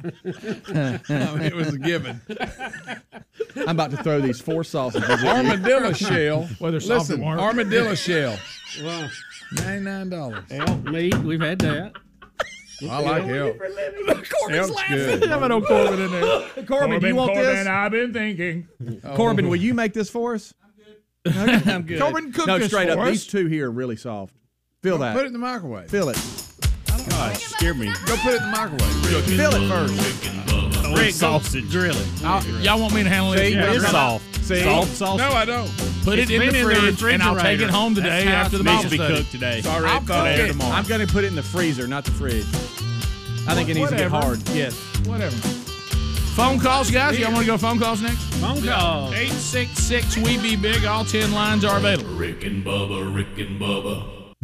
[SPEAKER 7] I mean, it was a given.
[SPEAKER 3] I'm about to throw these four sausages. at you.
[SPEAKER 7] Armadillo shell.
[SPEAKER 1] Whether soft or
[SPEAKER 7] Listen,
[SPEAKER 1] warm.
[SPEAKER 7] armadillo shell.
[SPEAKER 2] well,
[SPEAKER 7] Ninety-nine dollars.
[SPEAKER 2] elk meat, we've had that.
[SPEAKER 7] I like elk. Elk's good.
[SPEAKER 1] Have an old Corbin in there. Corbin,
[SPEAKER 3] Corbin, do you want
[SPEAKER 1] Corbin,
[SPEAKER 3] this?
[SPEAKER 1] I've been thinking.
[SPEAKER 3] Corbin, will you make this for us?
[SPEAKER 1] I'm good. Corbin, cook
[SPEAKER 3] no,
[SPEAKER 1] this
[SPEAKER 3] straight up.
[SPEAKER 1] for us.
[SPEAKER 3] These two here are really soft. Feel that.
[SPEAKER 7] Put it in the microwave.
[SPEAKER 3] Feel it.
[SPEAKER 4] God, scared me.
[SPEAKER 7] Go put it in the microwave.
[SPEAKER 3] Feel it first.
[SPEAKER 4] Rick, sausage drilling.
[SPEAKER 1] I'll- y'all want me to handle it?
[SPEAKER 3] See,
[SPEAKER 1] Yeah.
[SPEAKER 4] It's soft.
[SPEAKER 3] See?
[SPEAKER 4] Soft sausage.
[SPEAKER 7] No, I don't.
[SPEAKER 1] Put it in the,
[SPEAKER 2] been in the
[SPEAKER 1] fridge, and I'll take it
[SPEAKER 2] refrigerator.
[SPEAKER 1] home today after the
[SPEAKER 4] needs
[SPEAKER 1] Bible
[SPEAKER 4] to be
[SPEAKER 1] study.
[SPEAKER 4] cooked today.
[SPEAKER 7] All right, thought
[SPEAKER 3] Cook
[SPEAKER 7] I had
[SPEAKER 3] it.
[SPEAKER 7] tomorrow.
[SPEAKER 3] I'm going to put it in the freezer, not the fridge. I think it needs to get
[SPEAKER 1] Whatever.
[SPEAKER 3] hard. Yes.
[SPEAKER 1] Whatever. Phone calls, guys. Y'all want to go phone calls next?
[SPEAKER 2] Phone call.
[SPEAKER 1] 866 We Be Big. All 10 lines are available.
[SPEAKER 14] Rick and Bubba, Rick and Bubba.